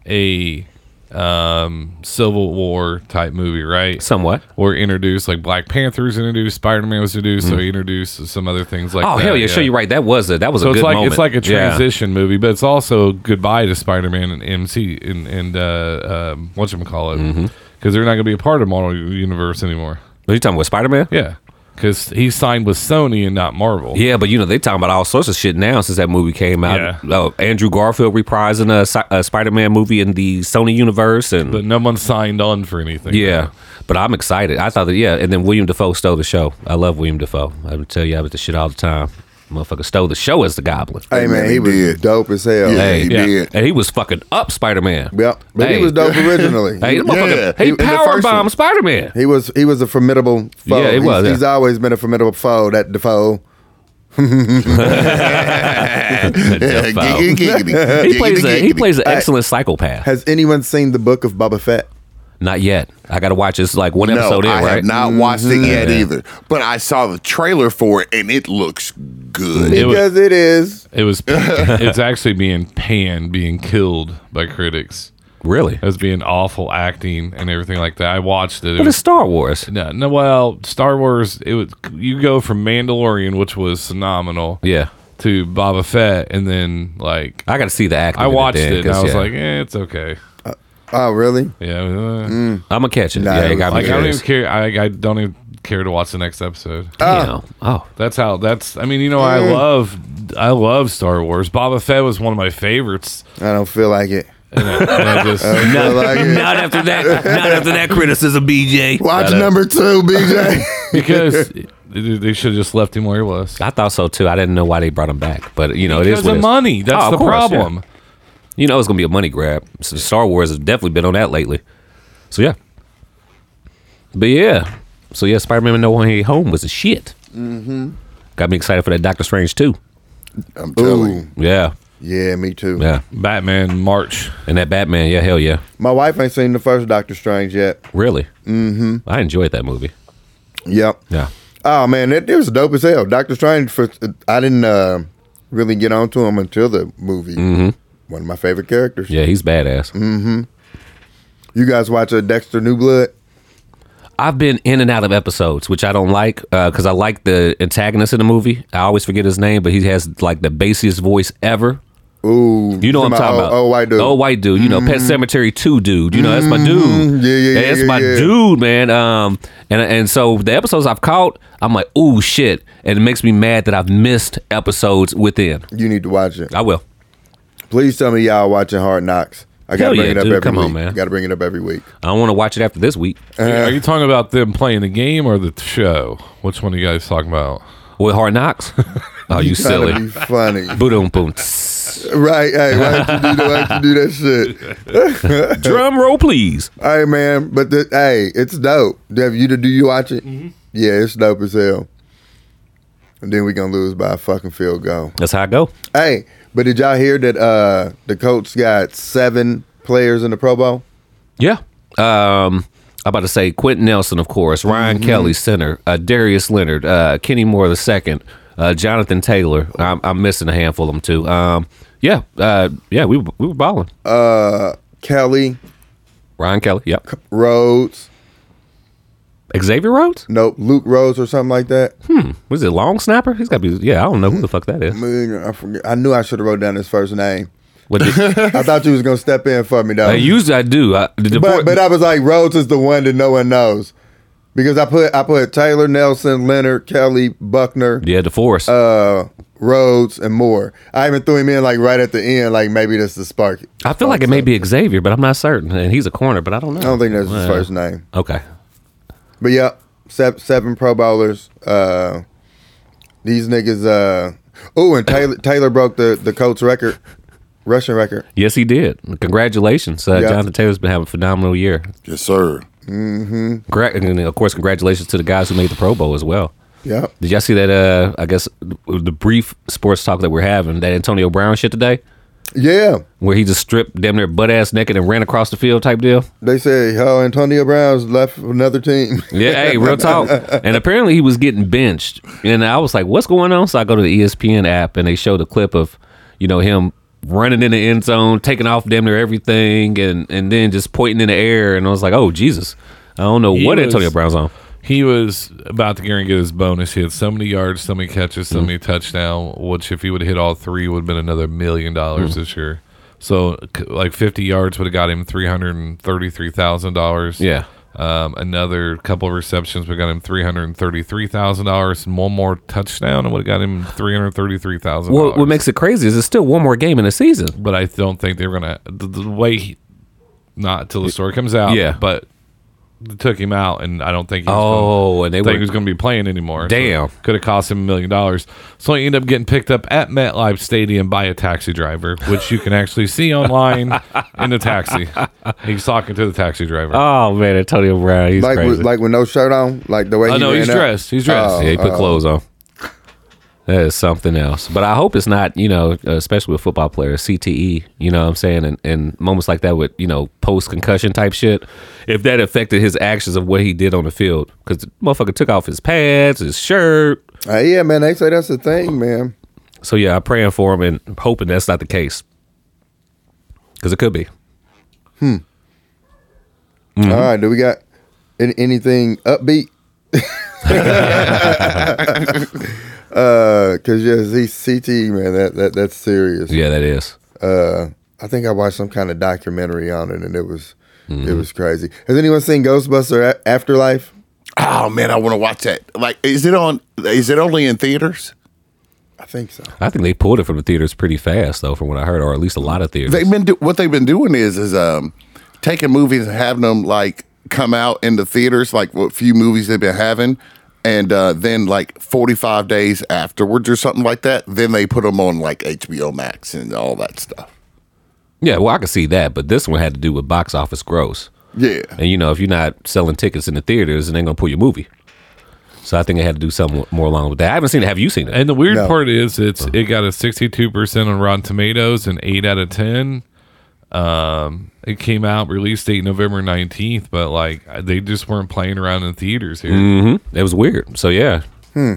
D: a um civil war type movie right
C: Somewhat.
D: or introduced like black panthers introduced spider-man was introduced so he introduced some other things like
C: Hmm. Oh
D: that,
C: hell yeah! Sure, you're right. That was a that was
D: so
C: a good
D: it's like
C: moment.
D: it's like a
C: Yeah.
D: transition movie but it's also goodbye to spider-man and mc and and uh um whatchamacallit
C: Mm-hmm.
D: because they're not gonna be a part of marvel universe anymore
C: Are you talking about Spider Man?
D: yeah because he signed with sony and not marvel
C: Yeah, but you know they talking about all sorts of shit now since that movie came out.
D: Yeah.
C: Uh, Andrew Garfield reprising a, Sci- a Spider-Man movie in the Sony universe, and
D: but no one signed on for anything
C: yeah. But I'm excited. I thought that yeah, and then William Defoe stole the show. I love William Defoe. I would tell you I was the shit all the time. Motherfucker stole the show as the Goblin.
B: hey man, he,
A: he
B: was
A: did.
B: dope as hell.
A: Yeah,
C: Hey.
A: he
D: Yeah.
A: did.
C: And he was fucking up Spider-Man.
B: Yep, but
C: Hey.
B: he was dope originally.
C: Hey, the
A: Yeah.
C: motherfucker,
A: He-
C: he,
A: in the
C: power
A: first one.
C: bombed Spider-Man.
B: He was he was a formidable foe.
C: Yeah, he
B: he's,
C: was, yeah.
B: he's always been a formidable foe. That Defoe.
A: Giggity,
C: Defoe.
A: giggity,
C: He plays a,
A: giggity,
C: he
A: giggity.
C: plays an excellent psychopath.
B: Has anyone seen the book of Boba Fett?
C: Not yet. I got to watch this like one
A: No,
C: episode in,
A: I
C: right?
A: have not watched it yet either. But I saw the trailer for it, and it looks good.
D: It was-
B: Because it is.
D: It was. it's actually being panned, being killed by critics
C: Really?
D: as being awful acting and everything like that. I watched it. it
C: But it's
D: was,
C: Star Wars.
D: no, no. Well, Star Wars. It was. You go from Mandalorian, which was phenomenal,
C: Yeah.
D: to Boba Fett, and then like
C: I got to see the acting.
D: I
C: in it
D: watched
C: then,
D: it, and I
C: 'cause,
D: was
C: yeah.
D: like, eh, it's okay.
B: Oh, really?
D: Yeah, uh,
C: I'm going to catch it.
B: Nah,
C: yeah,
B: it
C: it got
B: was-
C: me
D: like I don't
C: curious.
D: even care. I, I don't even care to watch the next episode.
C: You
A: Uh.
C: know. Oh.
D: That's how. That's. I mean, you know, I
C: Mm.
D: love. I love Star Wars. Boba Fett was one of my favorites.
B: I don't feel like it.
D: And I, and I just,
C: Oh.
B: Feel like it.
C: Not after that. Not after that criticism, BJ.
B: Watch
C: Not a-
B: number two, BJ.
D: because they they should have just left him where he was.
C: I thought so too. I didn't know why they brought him back, but you know it is
D: Because
C: what it
D: of
C: is.
D: money. That's
C: Oh, of
D: the
C: course, yeah.
D: problem.
C: You know it's gonna be a money grab. So Star Wars has definitely been on that lately. So yeah. But yeah. So yeah, Spider Man No Way Home was a shit. Mm-hmm. Got me excited for that Doctor Strange too.
A: I'm telling you.
C: Yeah.
B: yeah, me too.
C: Yeah.
D: Batman March.
C: And that Batman, yeah, hell yeah.
B: My wife ain't seen the first Doctor Strange yet.
C: Really? Mm-hmm. I enjoyed that movie.
B: Yep.
C: Yeah.
B: Oh man, it, it was dope as hell. Doctor Strange. For I didn't uh, really get onto him until the movie. One of my favorite characters.
C: Mm-hmm. Yeah, he's badass.
B: Mm-hmm. You guys watch a Dexter New Blood?
C: I've been in and out of episodes, which I don't like because I like the antagonist in the movie. I always forget his name, but he has like the bassiest voice ever.
B: Ooh,
C: You know what I'm talking
B: old,
C: about.
B: Old white dude. Mm-hmm.
C: The old white dude. You know, Pet Cemetery 2 dude. You know, that's my dude.
B: Yeah, yeah, yeah,
C: That's
B: yeah,
C: my
B: yeah.
C: dude, man. Um, and and so the episodes I've caught, I'm like, ooh, shit. And it makes me mad that I've missed episodes within.
B: You need to watch it.
C: I will.
B: Please tell me y'all watching Hard Knocks. I gotta
C: Hell
B: bring
C: yeah,
B: it up
C: dude.
B: every
C: Come
B: week.
C: on, man.
B: Gotta bring it up every week.
C: I don't want to watch it after this week.
D: Are you talking about them playing the game or the show? Which one are you guys talking about?
C: With Hard Knocks? Oh, you
B: Trying to
C: silly.
B: be funny,
C: Boom boom.
B: right? Hey, why do you do that? Why you do that shit?
C: Drum roll, please.
B: Hey man, but the, hey, it's dope. Dev, you do you watch it? Yeah, it's dope as hell. And then we gonna lose by a fucking field goal.
C: That's how I go.
B: Hey, but did y'all hear that uh the coach got seven players in the Pro Bowl?
C: Yeah. Um, I'm about to say Quentin Nelson, of course, Ryan Kelly, center, uh, Darius Leonard, uh, Kenny Moore the second, uh, Jonathan Taylor. I'm, I'm missing a handful of them too. Um, yeah, uh, yeah, we we were balling.
B: Uh Kelly,
C: Ryan Kelly, yep.
B: Rhodes,
C: Xavier Rhodes?
B: nope, Luke Rhodes or something like that.
C: Was it long snapper? He's got to be. Yeah, I don't know who the fuck that
B: I,
C: is.
B: mean, I forget. I knew I should have wrote down his first name.
C: What did,
B: I thought you was gonna step in for me though.
C: I usually I do. I, the
B: But
C: fourth-
B: but I was like, Rhodes is the one that no one knows. Because I put I put Taylor Nelson, Leonard, Kelly, Buckner,
C: yeah, DeForest.
B: uh, Rhodes, and more. I even threw him in like right at the end, like maybe that's the spark.
C: I feel like it may be Xavier, but I'm not certain. And he's a corner, but I don't know.
B: I don't think that's his
C: Well,
B: first name.
C: Okay.
B: But yeah, seven, seven Pro Bowlers. Uh, these niggas. Uh, oh, and Taylor Taylor broke the the Colts record, rushing record.
C: Yes, he did. Congratulations. Uh,
B: Yeah.
C: Jonathan Taylor's been having a phenomenal year.
A: Yes, sir.
C: Correct. And of course, congratulations to the guys who made the Pro Bowl as well.
B: Yeah,
C: Did y'all see that? Uh, I guess the brief sports talk that we're having, that Antonio Brown shit today,
B: yeah.
C: where he just stripped damn near butt ass naked and ran across the field type deal.
B: They say how Antonio Brown's left for another team.
C: Yeah, hey, real talk. And apparently he was getting benched. And I was like, what's going on? So I go to the E ESPN app and they showed a clip of, you know, him running in the end zone, taking off damn near everything, and, and then just pointing in the air. And I was like, oh, Jesus. I don't know
D: He
C: what
D: was-
C: Antonio Brown's on.
D: He was about to go and get his bonus. He had so many yards, so many catches, so many touchdown. Which, if he would have hit all three, would have been another million dollars this year. So, c- like fifty yards would have got him three hundred and thirty-three thousand dollars.
C: Yeah.
D: Um, another couple of receptions would have got him three hundred thirty-three thousand dollars, and one more touchdown would have got him three hundred thirty-three thousand.
C: What, what makes it crazy is it's still one more game in the season.
D: But I don't think they're gonna the, the way. He, not till the story comes out.
C: Yeah.
D: but they took him out, and I don't think. He was gonna-
C: Oh, and they
D: think he
C: were.
D: was going to be playing anymore.
C: Damn.
D: could have cost him a million dollars. So he ended up getting picked up at MetLife Stadium by a taxi driver, which you can actually see online in the taxi. He's talking to the taxi driver.
C: Oh, man, Antonio Brown. He's
B: like
C: crazy.
B: with, like with no shirt on, like the way.
D: oh,
B: he
D: no,
B: ran
D: he's
B: up.
D: dressed. He's dressed.
C: yeah, he put clothes on. That is something else. But I hope it's not, you know, especially with football players, CTE, you know what I'm saying? And, and moments like that with, you know, post concussion type shit, if that affected his actions of what he did on the field. Because the motherfucker took off his pads, his shirt.
B: Uh, yeah, man. They say that's the thing, man.
C: So yeah, I'm praying for him and hoping that's not the case. Because it could be.
B: All right, do we got any, anything upbeat? Uh, cause yeah, Z CT man, that, that that's serious.
C: Yeah, that is.
B: Uh, I think I watched some kind of documentary on it, and it was
C: Mm-hmm.
B: it was crazy. Has anyone seen Ghostbuster A- Afterlife?
A: Oh man, I want to watch that. Like, is it on? Is it only in theaters?
B: I think so.
C: I think they pulled it from the theaters pretty fast, though, from what I heard, or at least a lot of theaters.
A: They've been do- what they've been doing is is um taking movies and having them like come out in the theaters, like what few movies they've been having, and uh, then like forty five days afterwards or something like that. Then they put them on like HBO Max and all that stuff.
C: yeah, well, I could see that, but this one had to do with box office gross.
A: Yeah,
C: And you know, if you're not selling tickets in the theaters, then they're gonna pull your movie. So I think I had to do something more along with that. I haven't seen it. Have you seen it?
D: and the weird
B: No.
D: part is it's it got a 62% on Rotten Tomatoes and 8 out of 10. Um, it came out release date November 19th, but like they just weren't playing around in theaters here.
C: Mm-hmm. It was weird. So yeah. Hmm.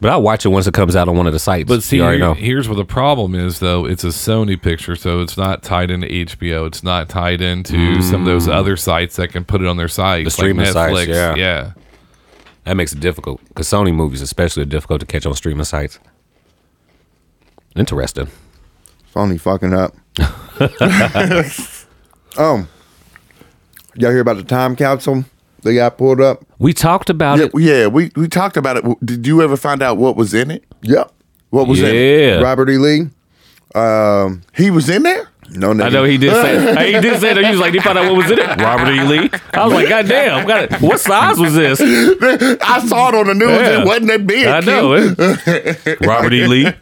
C: But I'll watch it once it comes out on one of the sites.
D: But see,
C: you already
D: here-
C: know.
D: here's what the problem is, though. It's a Sony picture, so it's not tied into HBO. It's not tied into some of those other sites that can put it on their sites,
C: Mm. The streaming
D: like
C: sites,
D: Netflix.
C: yeah.
D: yeah.
C: That makes it difficult because Sony movies, especially, are difficult to catch on streaming sites. Interesting.
B: Phony fucking up. um, y'all hear about the time capsule? They got pulled up.
C: We talked about
A: yeah,
C: it.
A: yeah. We we talked about it. Did you ever find out what was in it?
B: Yep.
A: What was in it?
C: Yeah.
B: Robert E. Lee. Um,
A: He was in there.
B: No, nigga.
C: I know he did say he did say that. He was like, "You found out what was in it?" Robert E. Lee. I was like, "God damn! God, what size was this?"
A: I saw it on the news.
C: Yeah.
A: It wasn't that big.
C: I know. it- Robert E. Lee.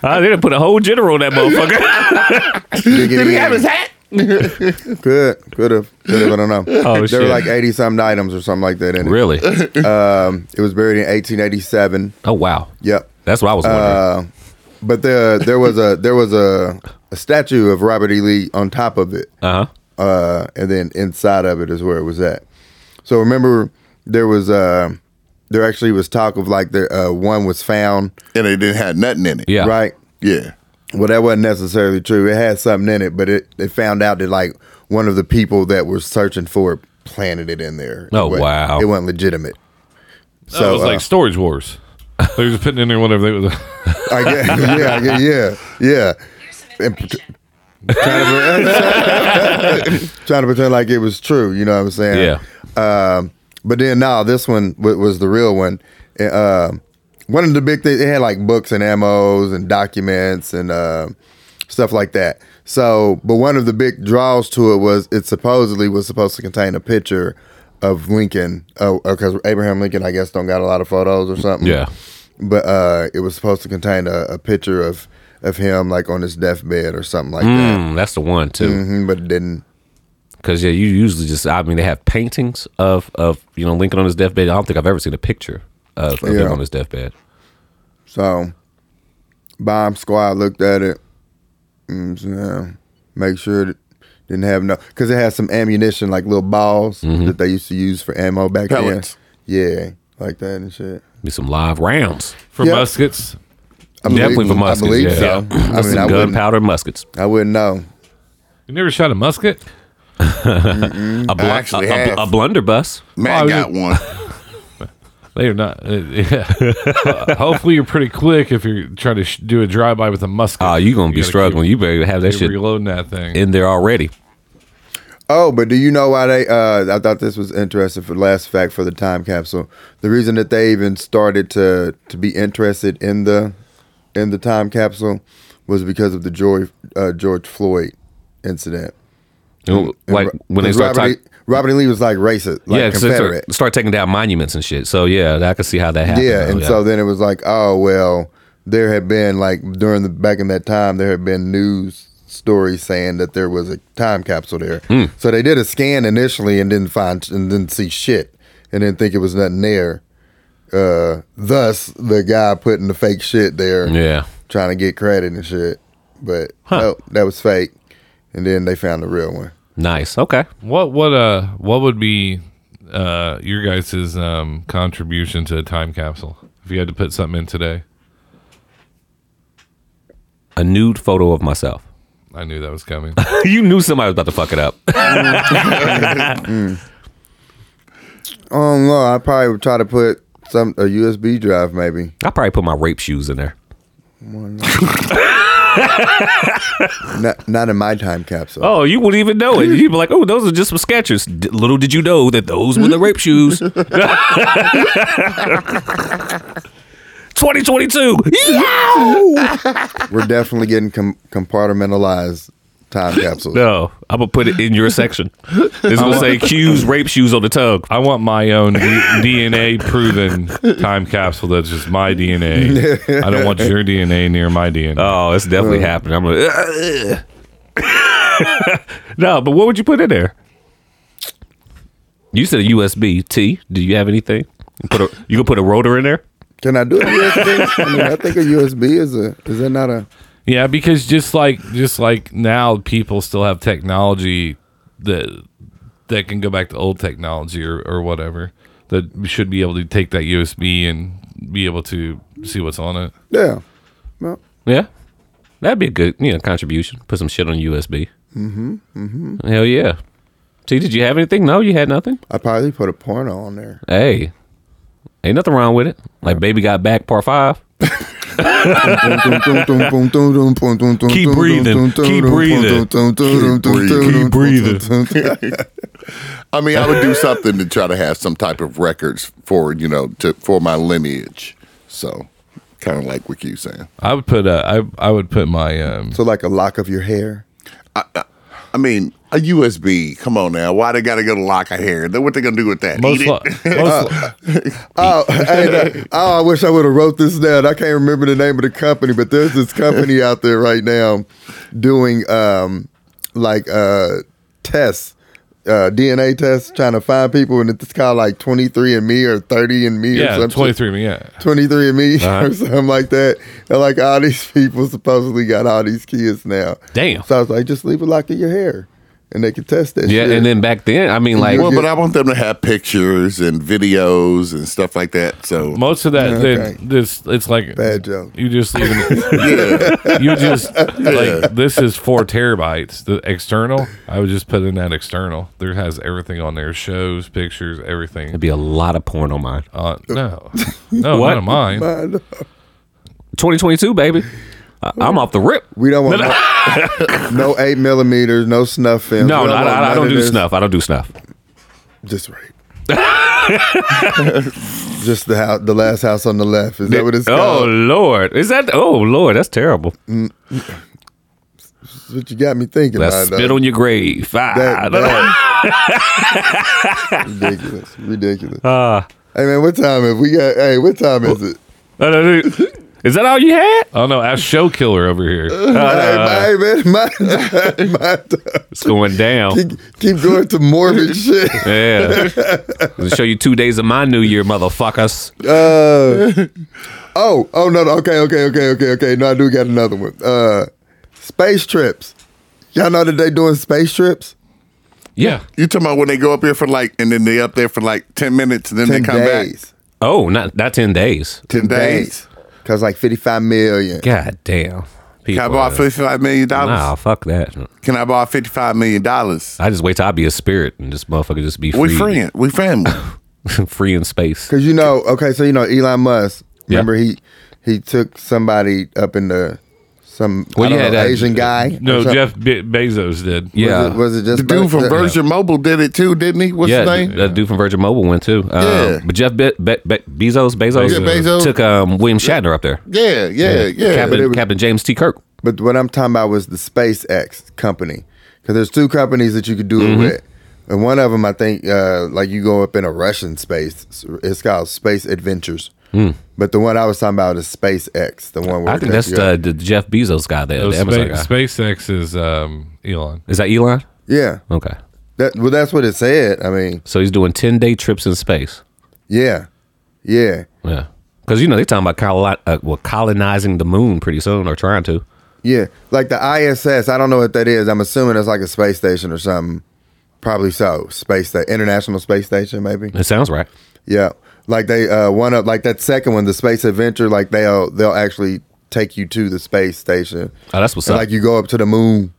C: I didn't put a whole general on that motherfucker.
B: Did
A: Did he have his hat?
B: Could could have could have. I don't know.
C: Oh,
B: there
C: shit.
B: were like eighty something items or something like that in it.
C: really?
B: Um, it was buried in eighteen eighty seven.
C: Oh wow.
B: Yep.
C: That's what I was wondering.
B: Uh, but there there was a there was a, a statue of Robert E. Lee on top of it.
C: Uh huh.
B: uh, and then inside of it is where it was at. So remember, there was uh, there actually was talk of like the uh, one was found,
A: And it didn't have nothing in it.
C: Yeah.
B: right?
A: Yeah.
B: Well, that wasn't necessarily true. It had something in it, but it they found out that like one of the people that was searching for it planted it in there.
C: Oh,
B: It wasn't-
C: wow.
B: It wasn't legitimate.
D: So it was
B: uh,
D: like storage wars. They're just putting in there whatever they was.
B: uh, I guess, yeah, I guess, yeah, yeah. And pret- trying, to pretend, trying to pretend like it was true. You know what I'm saying? Yeah. Um, but then now this one w- was the real one. And, um, one of the big things it had like books and amos and documents and um stuff like that. So, but one of the big draws to it was it supposedly was supposed to contain a picture of Lincoln, because Abraham Lincoln, I guess, don't got a lot of photos or something
C: Yeah.
B: but uh, it was supposed to contain a, a picture of of him like on his deathbed or something like that.
C: Mm, that's the one too.
B: hmm but it didn't.
C: Because yeah, you usually just I mean they have paintings of of you know Lincoln on his deathbed. I don't think I've ever seen a picture of, of
B: Yeah.
C: him on his deathbed.
B: So, bomb squad looked at it. And, uh, make sure that didn't have no because it had some ammunition like little balls
C: Mm-hmm.
B: that they used to use for ammo back
A: Pellets.
B: then. Yeah, like that and shit.
C: Be some live rounds.
D: For
B: Yeah.
D: muskets,
B: I
C: Definitely
B: believe-
C: for muskets.
B: I believe
C: yeah.
B: so. I mean, I
C: some
B: wouldn't,
C: gunpowder muskets.
B: I wouldn't know.
D: you never shot a musket.
C: A, blu-
A: actually
C: a- a-
A: have.
C: a blunderbuss.
A: Matt
D: Why
A: got one.
D: They are not. uh, yeah. Uh, hopefully, you're pretty quick if you're trying to sh- do a drive by with a musket.
C: Oh, you gonna be
D: gotta keep-
C: struggling. you better have that
D: keep
C: shit
D: reloading that thing.
C: in there already.
B: Oh, but do you know why they? Uh, I thought this was interesting for last fact for the time capsule. The reason that they even started to to be interested in the in the time capsule was because of the George uh, George Floyd incident.
C: Like
B: And Ro-
C: when they start
B: Robert
C: talking.
B: E- Robert E. Lee was like racist, like
C: yeah, 'cause they
B: Confederate.
C: start, start taking down monuments and shit. So yeah, I can see how that happened.
B: yeah,
C: though,
B: and so then it was like, oh well, there had been like during the back in that time, there had been news stories saying that there was a time capsule there.
C: Hmm.
B: So they did a scan initially and didn't find and didn't see shit and didn't think it was nothing there. Uh, thus the guy putting the fake shit there,
C: yeah,
B: trying to get credit and shit, but no, that was fake. And then they found the real one.
C: nice. Okay,
D: What what uh what would be uh your guys' um contribution to a time capsule if you had to put something in today?
C: a nude photo of myself.
D: I knew that was coming.
C: you knew somebody was about to fuck it up.
B: Oh no, I probably would try to put some a USB drive maybe.
C: I probably put my rape shoes in there.
B: Not not in my time capsule.
C: Oh, you wouldn't even know it. You'd be like, "Oh, those are just some sketches." D- little did you know that those were the rape shoes. 2022.
B: We're definitely getting com- compartmentalized time capsules.
C: No, I'm gonna put it in your section. It's gonna say Q's rape shoes on the tug.
D: I want my own D- DNA proven time capsule that's just my DNA. I don't want your DNA near my DNA.
C: Oh, it's definitely happening. I'm gonna. no, but what would you put in there? You said a USB T. Do you have anything? You Put a, you gonna put a rotor in there?
B: Can I do a USB? I mean, I think a USB is a is that not a
D: Yeah, because just like just like now people still have technology that that can go back to old technology or, or whatever that should be able to take that USB and be able to see what's on it.
B: yeah. Well,
C: Yeah, that'd be a good you know contribution. Put some shit on USB. Mm-hmm. Mm-hmm. Hell yeah. T, did you have anything? No, you had nothing.
B: I probably put a porno on there.
C: Hey, ain't nothing wrong with it. Like baby got back part five.
B: Keep
C: breathing. Keep breathing.
A: Keep
B: breathing.
A: I mean, I would do something to try to have some type of records for you know to for my lineage. So Kind of like what you saying.
D: I would put uh, I I would put my um,
B: So like a lock of your hair.
A: I mean, a USB. Come on now. Why they got to go to lock a hair? Then what they gonna do with that?
D: most
A: Eat
D: lo-
A: it?
D: most lo-
B: Oh, and, uh, oh, I wish I would have wrote this down. I can't remember the name of the company, but there's this company out there right now doing um, like uh, tests, uh, DNA tests, trying to find people, and it's called like 23andMe or 30andMe or
D: yeah
B: something.
D: twenty three yeah
B: 23 and me
C: Uh-huh.
B: or something like that. And like all these people supposedly got all these kids now.
C: Damn.
B: So I was like, just leave a lock in your hair and they can test that
C: Yeah,
B: shit.
C: and then back then, I mean, like,
B: you're
A: well, but I want them to have pictures and videos and stuff like that. So
D: most of that
B: Okay.
D: then this it's like
B: Bad joke.
D: you just leave it-
A: yeah,
D: you just like this is four terabytes the external I would just put in that external there has everything on there shows pictures everything
C: it'd be a lot of porn on mine.
D: uh, no no
C: What?
D: not of mine
B: Mind-
C: 2022, baby. I, I'm off the rip.
B: We don't want no, no eight millimeters, no snuff films.
C: No,
B: We
C: no, I,
B: want
C: I- I
B: none
C: don't
B: of
C: do
B: this.
C: snuff. I don't do snuff.
B: Just right. just the house, the last house on the left. Is that what it's
C: oh
B: called?
C: Lord, is that? Oh Lord, that's terrible.
B: That's what you got me thinking
C: Let's
B: about.
C: spit
B: though.
C: on your grave. Ah,
B: That-
C: no.
B: that- ridiculous, ridiculous.
C: Uh.
B: hey man, what time is we got? Hey, what time is it?
C: No, no, no. Is that all you had?
D: oh no ask show killer over here
C: Uh.
B: hey, man, my, my,
C: It's going down.
B: keep, keep going to morbid shit.
C: Yeah. I'll show you two days of my new year, motherfuckers.
B: Uh, oh, oh no, no, okay, okay, okay, okay, okay. No, I do got another one. Uh, space trips. Y'all know that they doing space trips.
D: yeah
A: you talking about when they go up here for like, and then they up there for like ten minutes, and then
B: Ten
A: they come back
B: days.
C: Oh, not not ten days.
A: ten days.
B: Cause like fifty five million.
C: God damn. People.
A: Can I borrow
C: are-
A: fifty five million dollars?
C: Nah, fuck that.
A: Can I borrow fifty five million dollars?
C: I just wait till I be a spirit and this motherfucker just be free,
A: We friend. We family.
C: free in space.
B: Cause you know, okay, so you know Elon Musk.
C: Yeah.
B: Remember he he took somebody up in the some
C: Well,
B: I don't
C: yeah,
B: know,
C: that-
B: Asian guy. or
D: no
B: something.
D: Jeff Be- Bezos did
B: was
C: Yeah,
B: it, was it just
A: The dude from
B: the-
A: Virgin Mobile did it too, didn't he? What's
C: yeah,
A: his name?
C: that dude from Virgin Mobile went too. Um,
A: Yeah.
C: but Jeff Be- Be- Be- Bezos, Bezos, uh,
A: Yeah, Bezos.
C: took um, William Shatner up there.
A: Yeah, yeah, yeah.
C: Captain,
B: it was-
C: Captain James T. Kirk.
B: But what I'm talking about was the SpaceX company, because there's two companies that you could do
C: Mm-hmm.
B: it with, and one of them I think uh, like you go up in a Russian space. It's called Space Adventures. But the one I was talking about is SpaceX, the one where
C: Hmm. I
B: it
C: think
B: takes
C: that's
B: you
C: the,
B: up.
C: the Jeff Bezos guy there,
D: Oh,
C: the Amazon guy.
D: Spa- SpaceX is um, Elon
C: Is that Elon?
B: yeah.
C: Okay,
B: That well, that's what it said. I mean,
C: so he's doing ten day trips in space.
B: yeah, yeah,
C: Yeah, because you know they're talking about coloni- uh, well, colonizing the moon pretty soon, or trying to.
B: yeah. Like the ISS, I don't know what that is. I'm assuming it's like a space station or something. Probably so. Space, the International Space Station, maybe.
C: It sounds right.
B: Yeah, like they uh one up like that second one, the space adventure. Like they'll they'll actually take you to the space station.
C: Oh, that's what's
B: And,
C: up.
B: like you go up to the moon,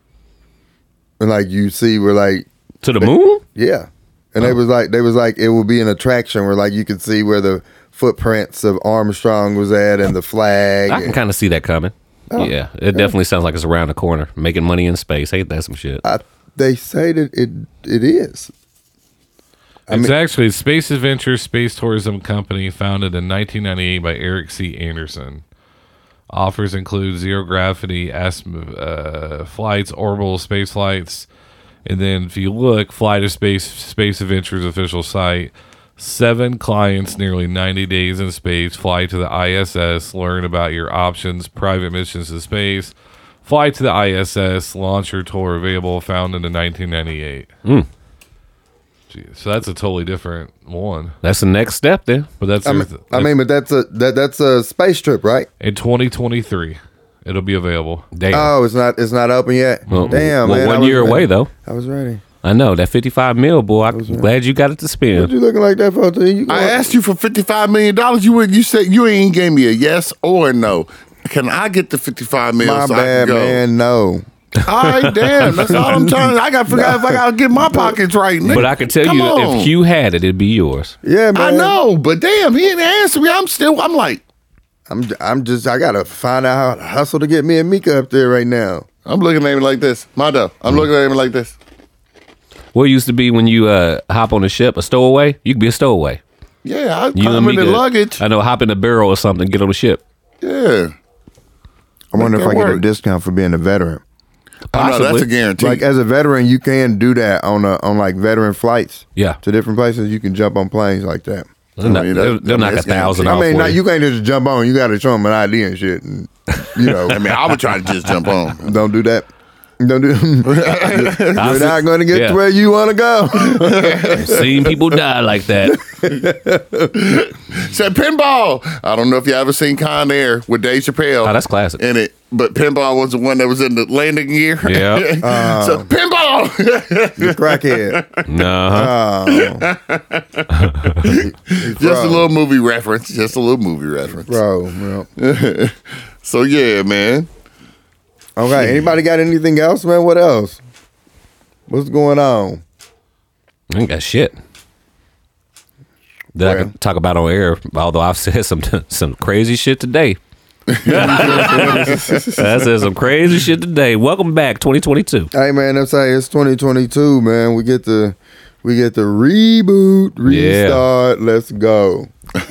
B: and like you see, we're like
C: to the moon?
B: yeah, and
C: Oh.
B: they was like they was like it will be an attraction where like you could see where the footprints of Armstrong was at and the flag.
C: I can
B: and-
C: kind of see that coming.
A: Oh.
C: yeah, it definitely sounds like it's around the corner, making money in space. Ain't that some shit?
B: I, they say that it it is.
D: it's actually Space Adventure Space Tourism Company, founded in 1998 by Eric C. Anderson. Offers include zero gravity asm- uh, flights, orbital space flights, and then if you look, Fly to Space Space Adventures official site. Seven clients, nearly 90 days in space. Fly to the ISS, learn about your options, private missions to space. Fly to the ISS, launch your tour available, founded in 1998. Jeez, so that's a totally different one.
C: That's the next step then.
D: But that's
B: I mean, I mean, but that's a that that's a space trip, right?
D: in 2023, it'll be available.
C: Damn.
B: Oh, it's not it's not open yet.
C: Well,
B: Damn,
C: well,
B: man, I
C: one
B: was
C: year
B: ready.
C: away though.
B: I was ready.
C: I know that fifty-five mil, boy. I'm glad you got it to
B: What
C: spend.
B: you looking like that for? You
A: I
B: going-
A: asked you for fifty five million dollars. You would you said you ain't gave me a yes or a no. Can I get the fifty five million?
B: My
A: so I can
B: bad,
A: go?
B: man. No.
A: All right, damn. That's all I'm trying. I got to figure out if I got to get my pockets right. Nigga.
C: But I can tell
A: Come
C: you,
A: on.
C: if Hugh had it, it'd be yours.
B: Yeah, man.
A: I know, but damn, he didn't answer me. I'm still. I'm like,
B: I'm. j- I'm just. I gotta find out how to hustle to get me and Mika up there right now.
A: I'm looking at him like this, Mondo. I'm
C: Hmm.
A: looking at him like this.
C: What it used to be when you uh, hop on a ship, a stowaway, you could be a stowaway.
A: Yeah, I
C: You
A: climb in the
C: could-
A: luggage.
C: I know, hop in a barrel or something, get on a ship.
A: Yeah.
B: I wonder if
A: that
B: I get a
A: work.
B: discount for being a veteran.
A: I know that's
C: Possibly.
A: a guarantee.
B: Like as a veteran, you can do that on a, on like veteran flights.
C: Yeah.
B: to different places, you can jump on planes like that.
C: They'll, knock-
A: mean, that-
C: they'll,
A: I
C: they'll
A: mean,
C: knock a
A: it's gonna
C: thousand
A: be-
B: I
C: off.
B: mean,
C: for
B: not,
C: you.
B: you can't just jump on. You got to show them an ID and shit. And, you know,
A: I mean, I would try to just jump on.
B: don't do that. Don't do. You're
C: I've
B: not
C: seen-
B: going to get
C: yeah.
B: to where you want to go.
C: seen people die like that.
A: Said pinball. I don't know if you ever seen Con Air with Dave Chappelle.
C: Oh, that's classic.
A: in it, but pinball was the one that was in the landing gear.
D: Yeah.
A: so pinball.
B: you crackhead.
C: No,
A: just a little movie reference. Just a little movie reference.
B: Bro, bro.
A: So yeah, man.
B: Okay. Anybody got anything else, man? What else? What's going on?
C: I ain't got shit that I
B: Well.
C: can talk about on air. Although I've said some some crazy shit today. I said some crazy shit today. Welcome back, 2022.
B: Hey man, that's say it's 2022, man. We get the we get the reboot,
C: Yeah.
B: restart. Let's go.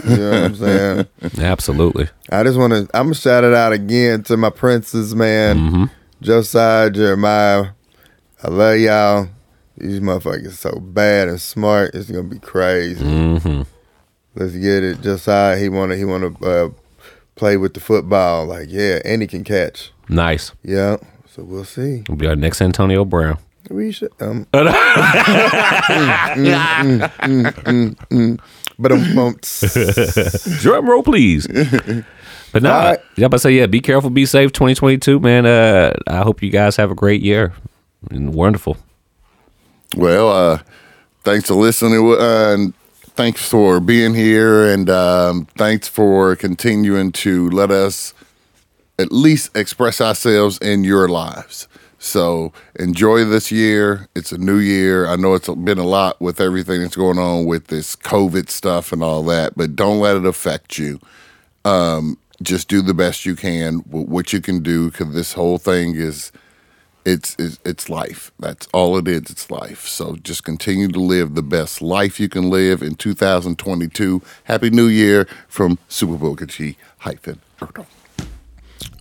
B: You know what I'm saying?
C: Absolutely.
B: I just want to. I'm gonna shout it out again to my princes, man. Josiah, Jeremiah. I love y'all. These motherfuckers so bad and smart. It's gonna be crazy. Let's get it. Josiah, he wanna he wanna uh, play with the football. Like yeah, and he can catch.
C: Nice.
B: Yeah. So we'll see.
C: We'll be our next Antonio Brown.
B: We should. Um, mm, but um, um,
C: Drum roll, please. But no,
B: All
C: nah,
B: right.
C: yeah, but say yeah. Be careful, be safe. 2022, man. Uh, I hope you guys have a great year. And wonderful.
A: Well, uh, thanks for listening. Uh, and thanks for being here, and um, thanks for continuing to let us at least express ourselves in your lives. So enjoy this year. It's a new year. I know it's been a lot with everything that's going on with this COVID stuff and all that, but don't let it affect you. Um, just do the best you can with what you can do because this whole thing is it's, it's it's life. That's all it is. It's life. So just continue to live the best life you can live in 2022. Happy New Year from Super Bowl Kachi hyphen Erdo.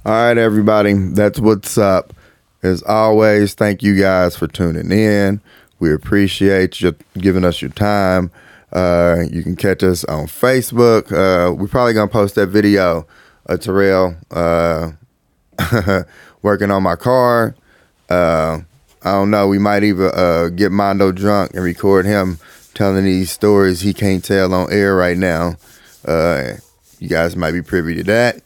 B: all right, everybody. That's what's up. As always, thank you guys for tuning in. We appreciate you giving us your time. Uh, you can catch us on Facebook. Uh, we're probably gonna post that video of Terrell uh, working on my car. uh, I don't know. We might even uh, get Mondo drunk and record him telling these stories he can't tell on air right now. Uh, you guys might be privy to that.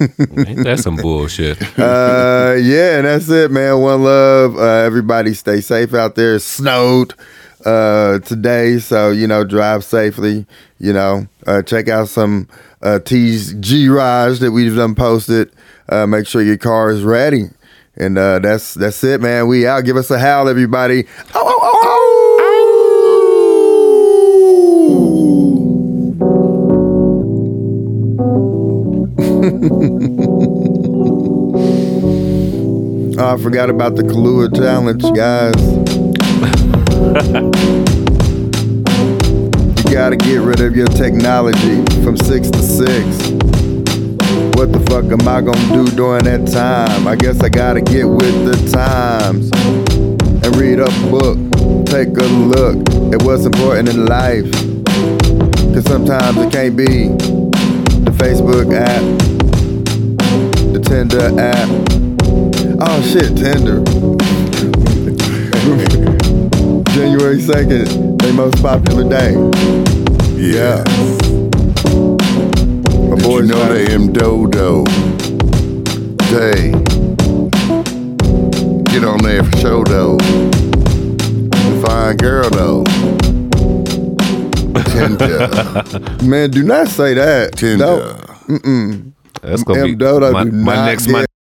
C: Ain't that some bullshit?
B: Uh, yeah, and that's it, man. One love. Uh, everybody stay safe out there. It's snowed uh, today, so, you know, drive safely. You know, uh, check out some uh, T's G Raj that we've done posted. Uh, make sure your car is ready. And uh, that's that's it, man. We out. Give us a howl, everybody. Oh, oh, oh, oh. Oh, I forgot about the Kahlua challenge, guys. you gotta get rid of your technology from six to six. What the fuck am I gonna do during that time? I guess I gotta get with the times and read a book. Take a look at what's important in life. Cause sometimes it can't be the Facebook app, the Tinder app, Oh shit, Tinder. January 2nd, they most popular day. Yeah. My
A: Did you
B: boy's
A: know
B: right.
A: they am Dodo Day? Get on there for show though. The fine girl though. Tinder,
B: Man, do not say that.
A: Tinder.
B: Don't-
C: That's gonna
B: M.
C: be
B: Dodo
C: my,
B: do
C: my
B: not
C: next
B: get
C: my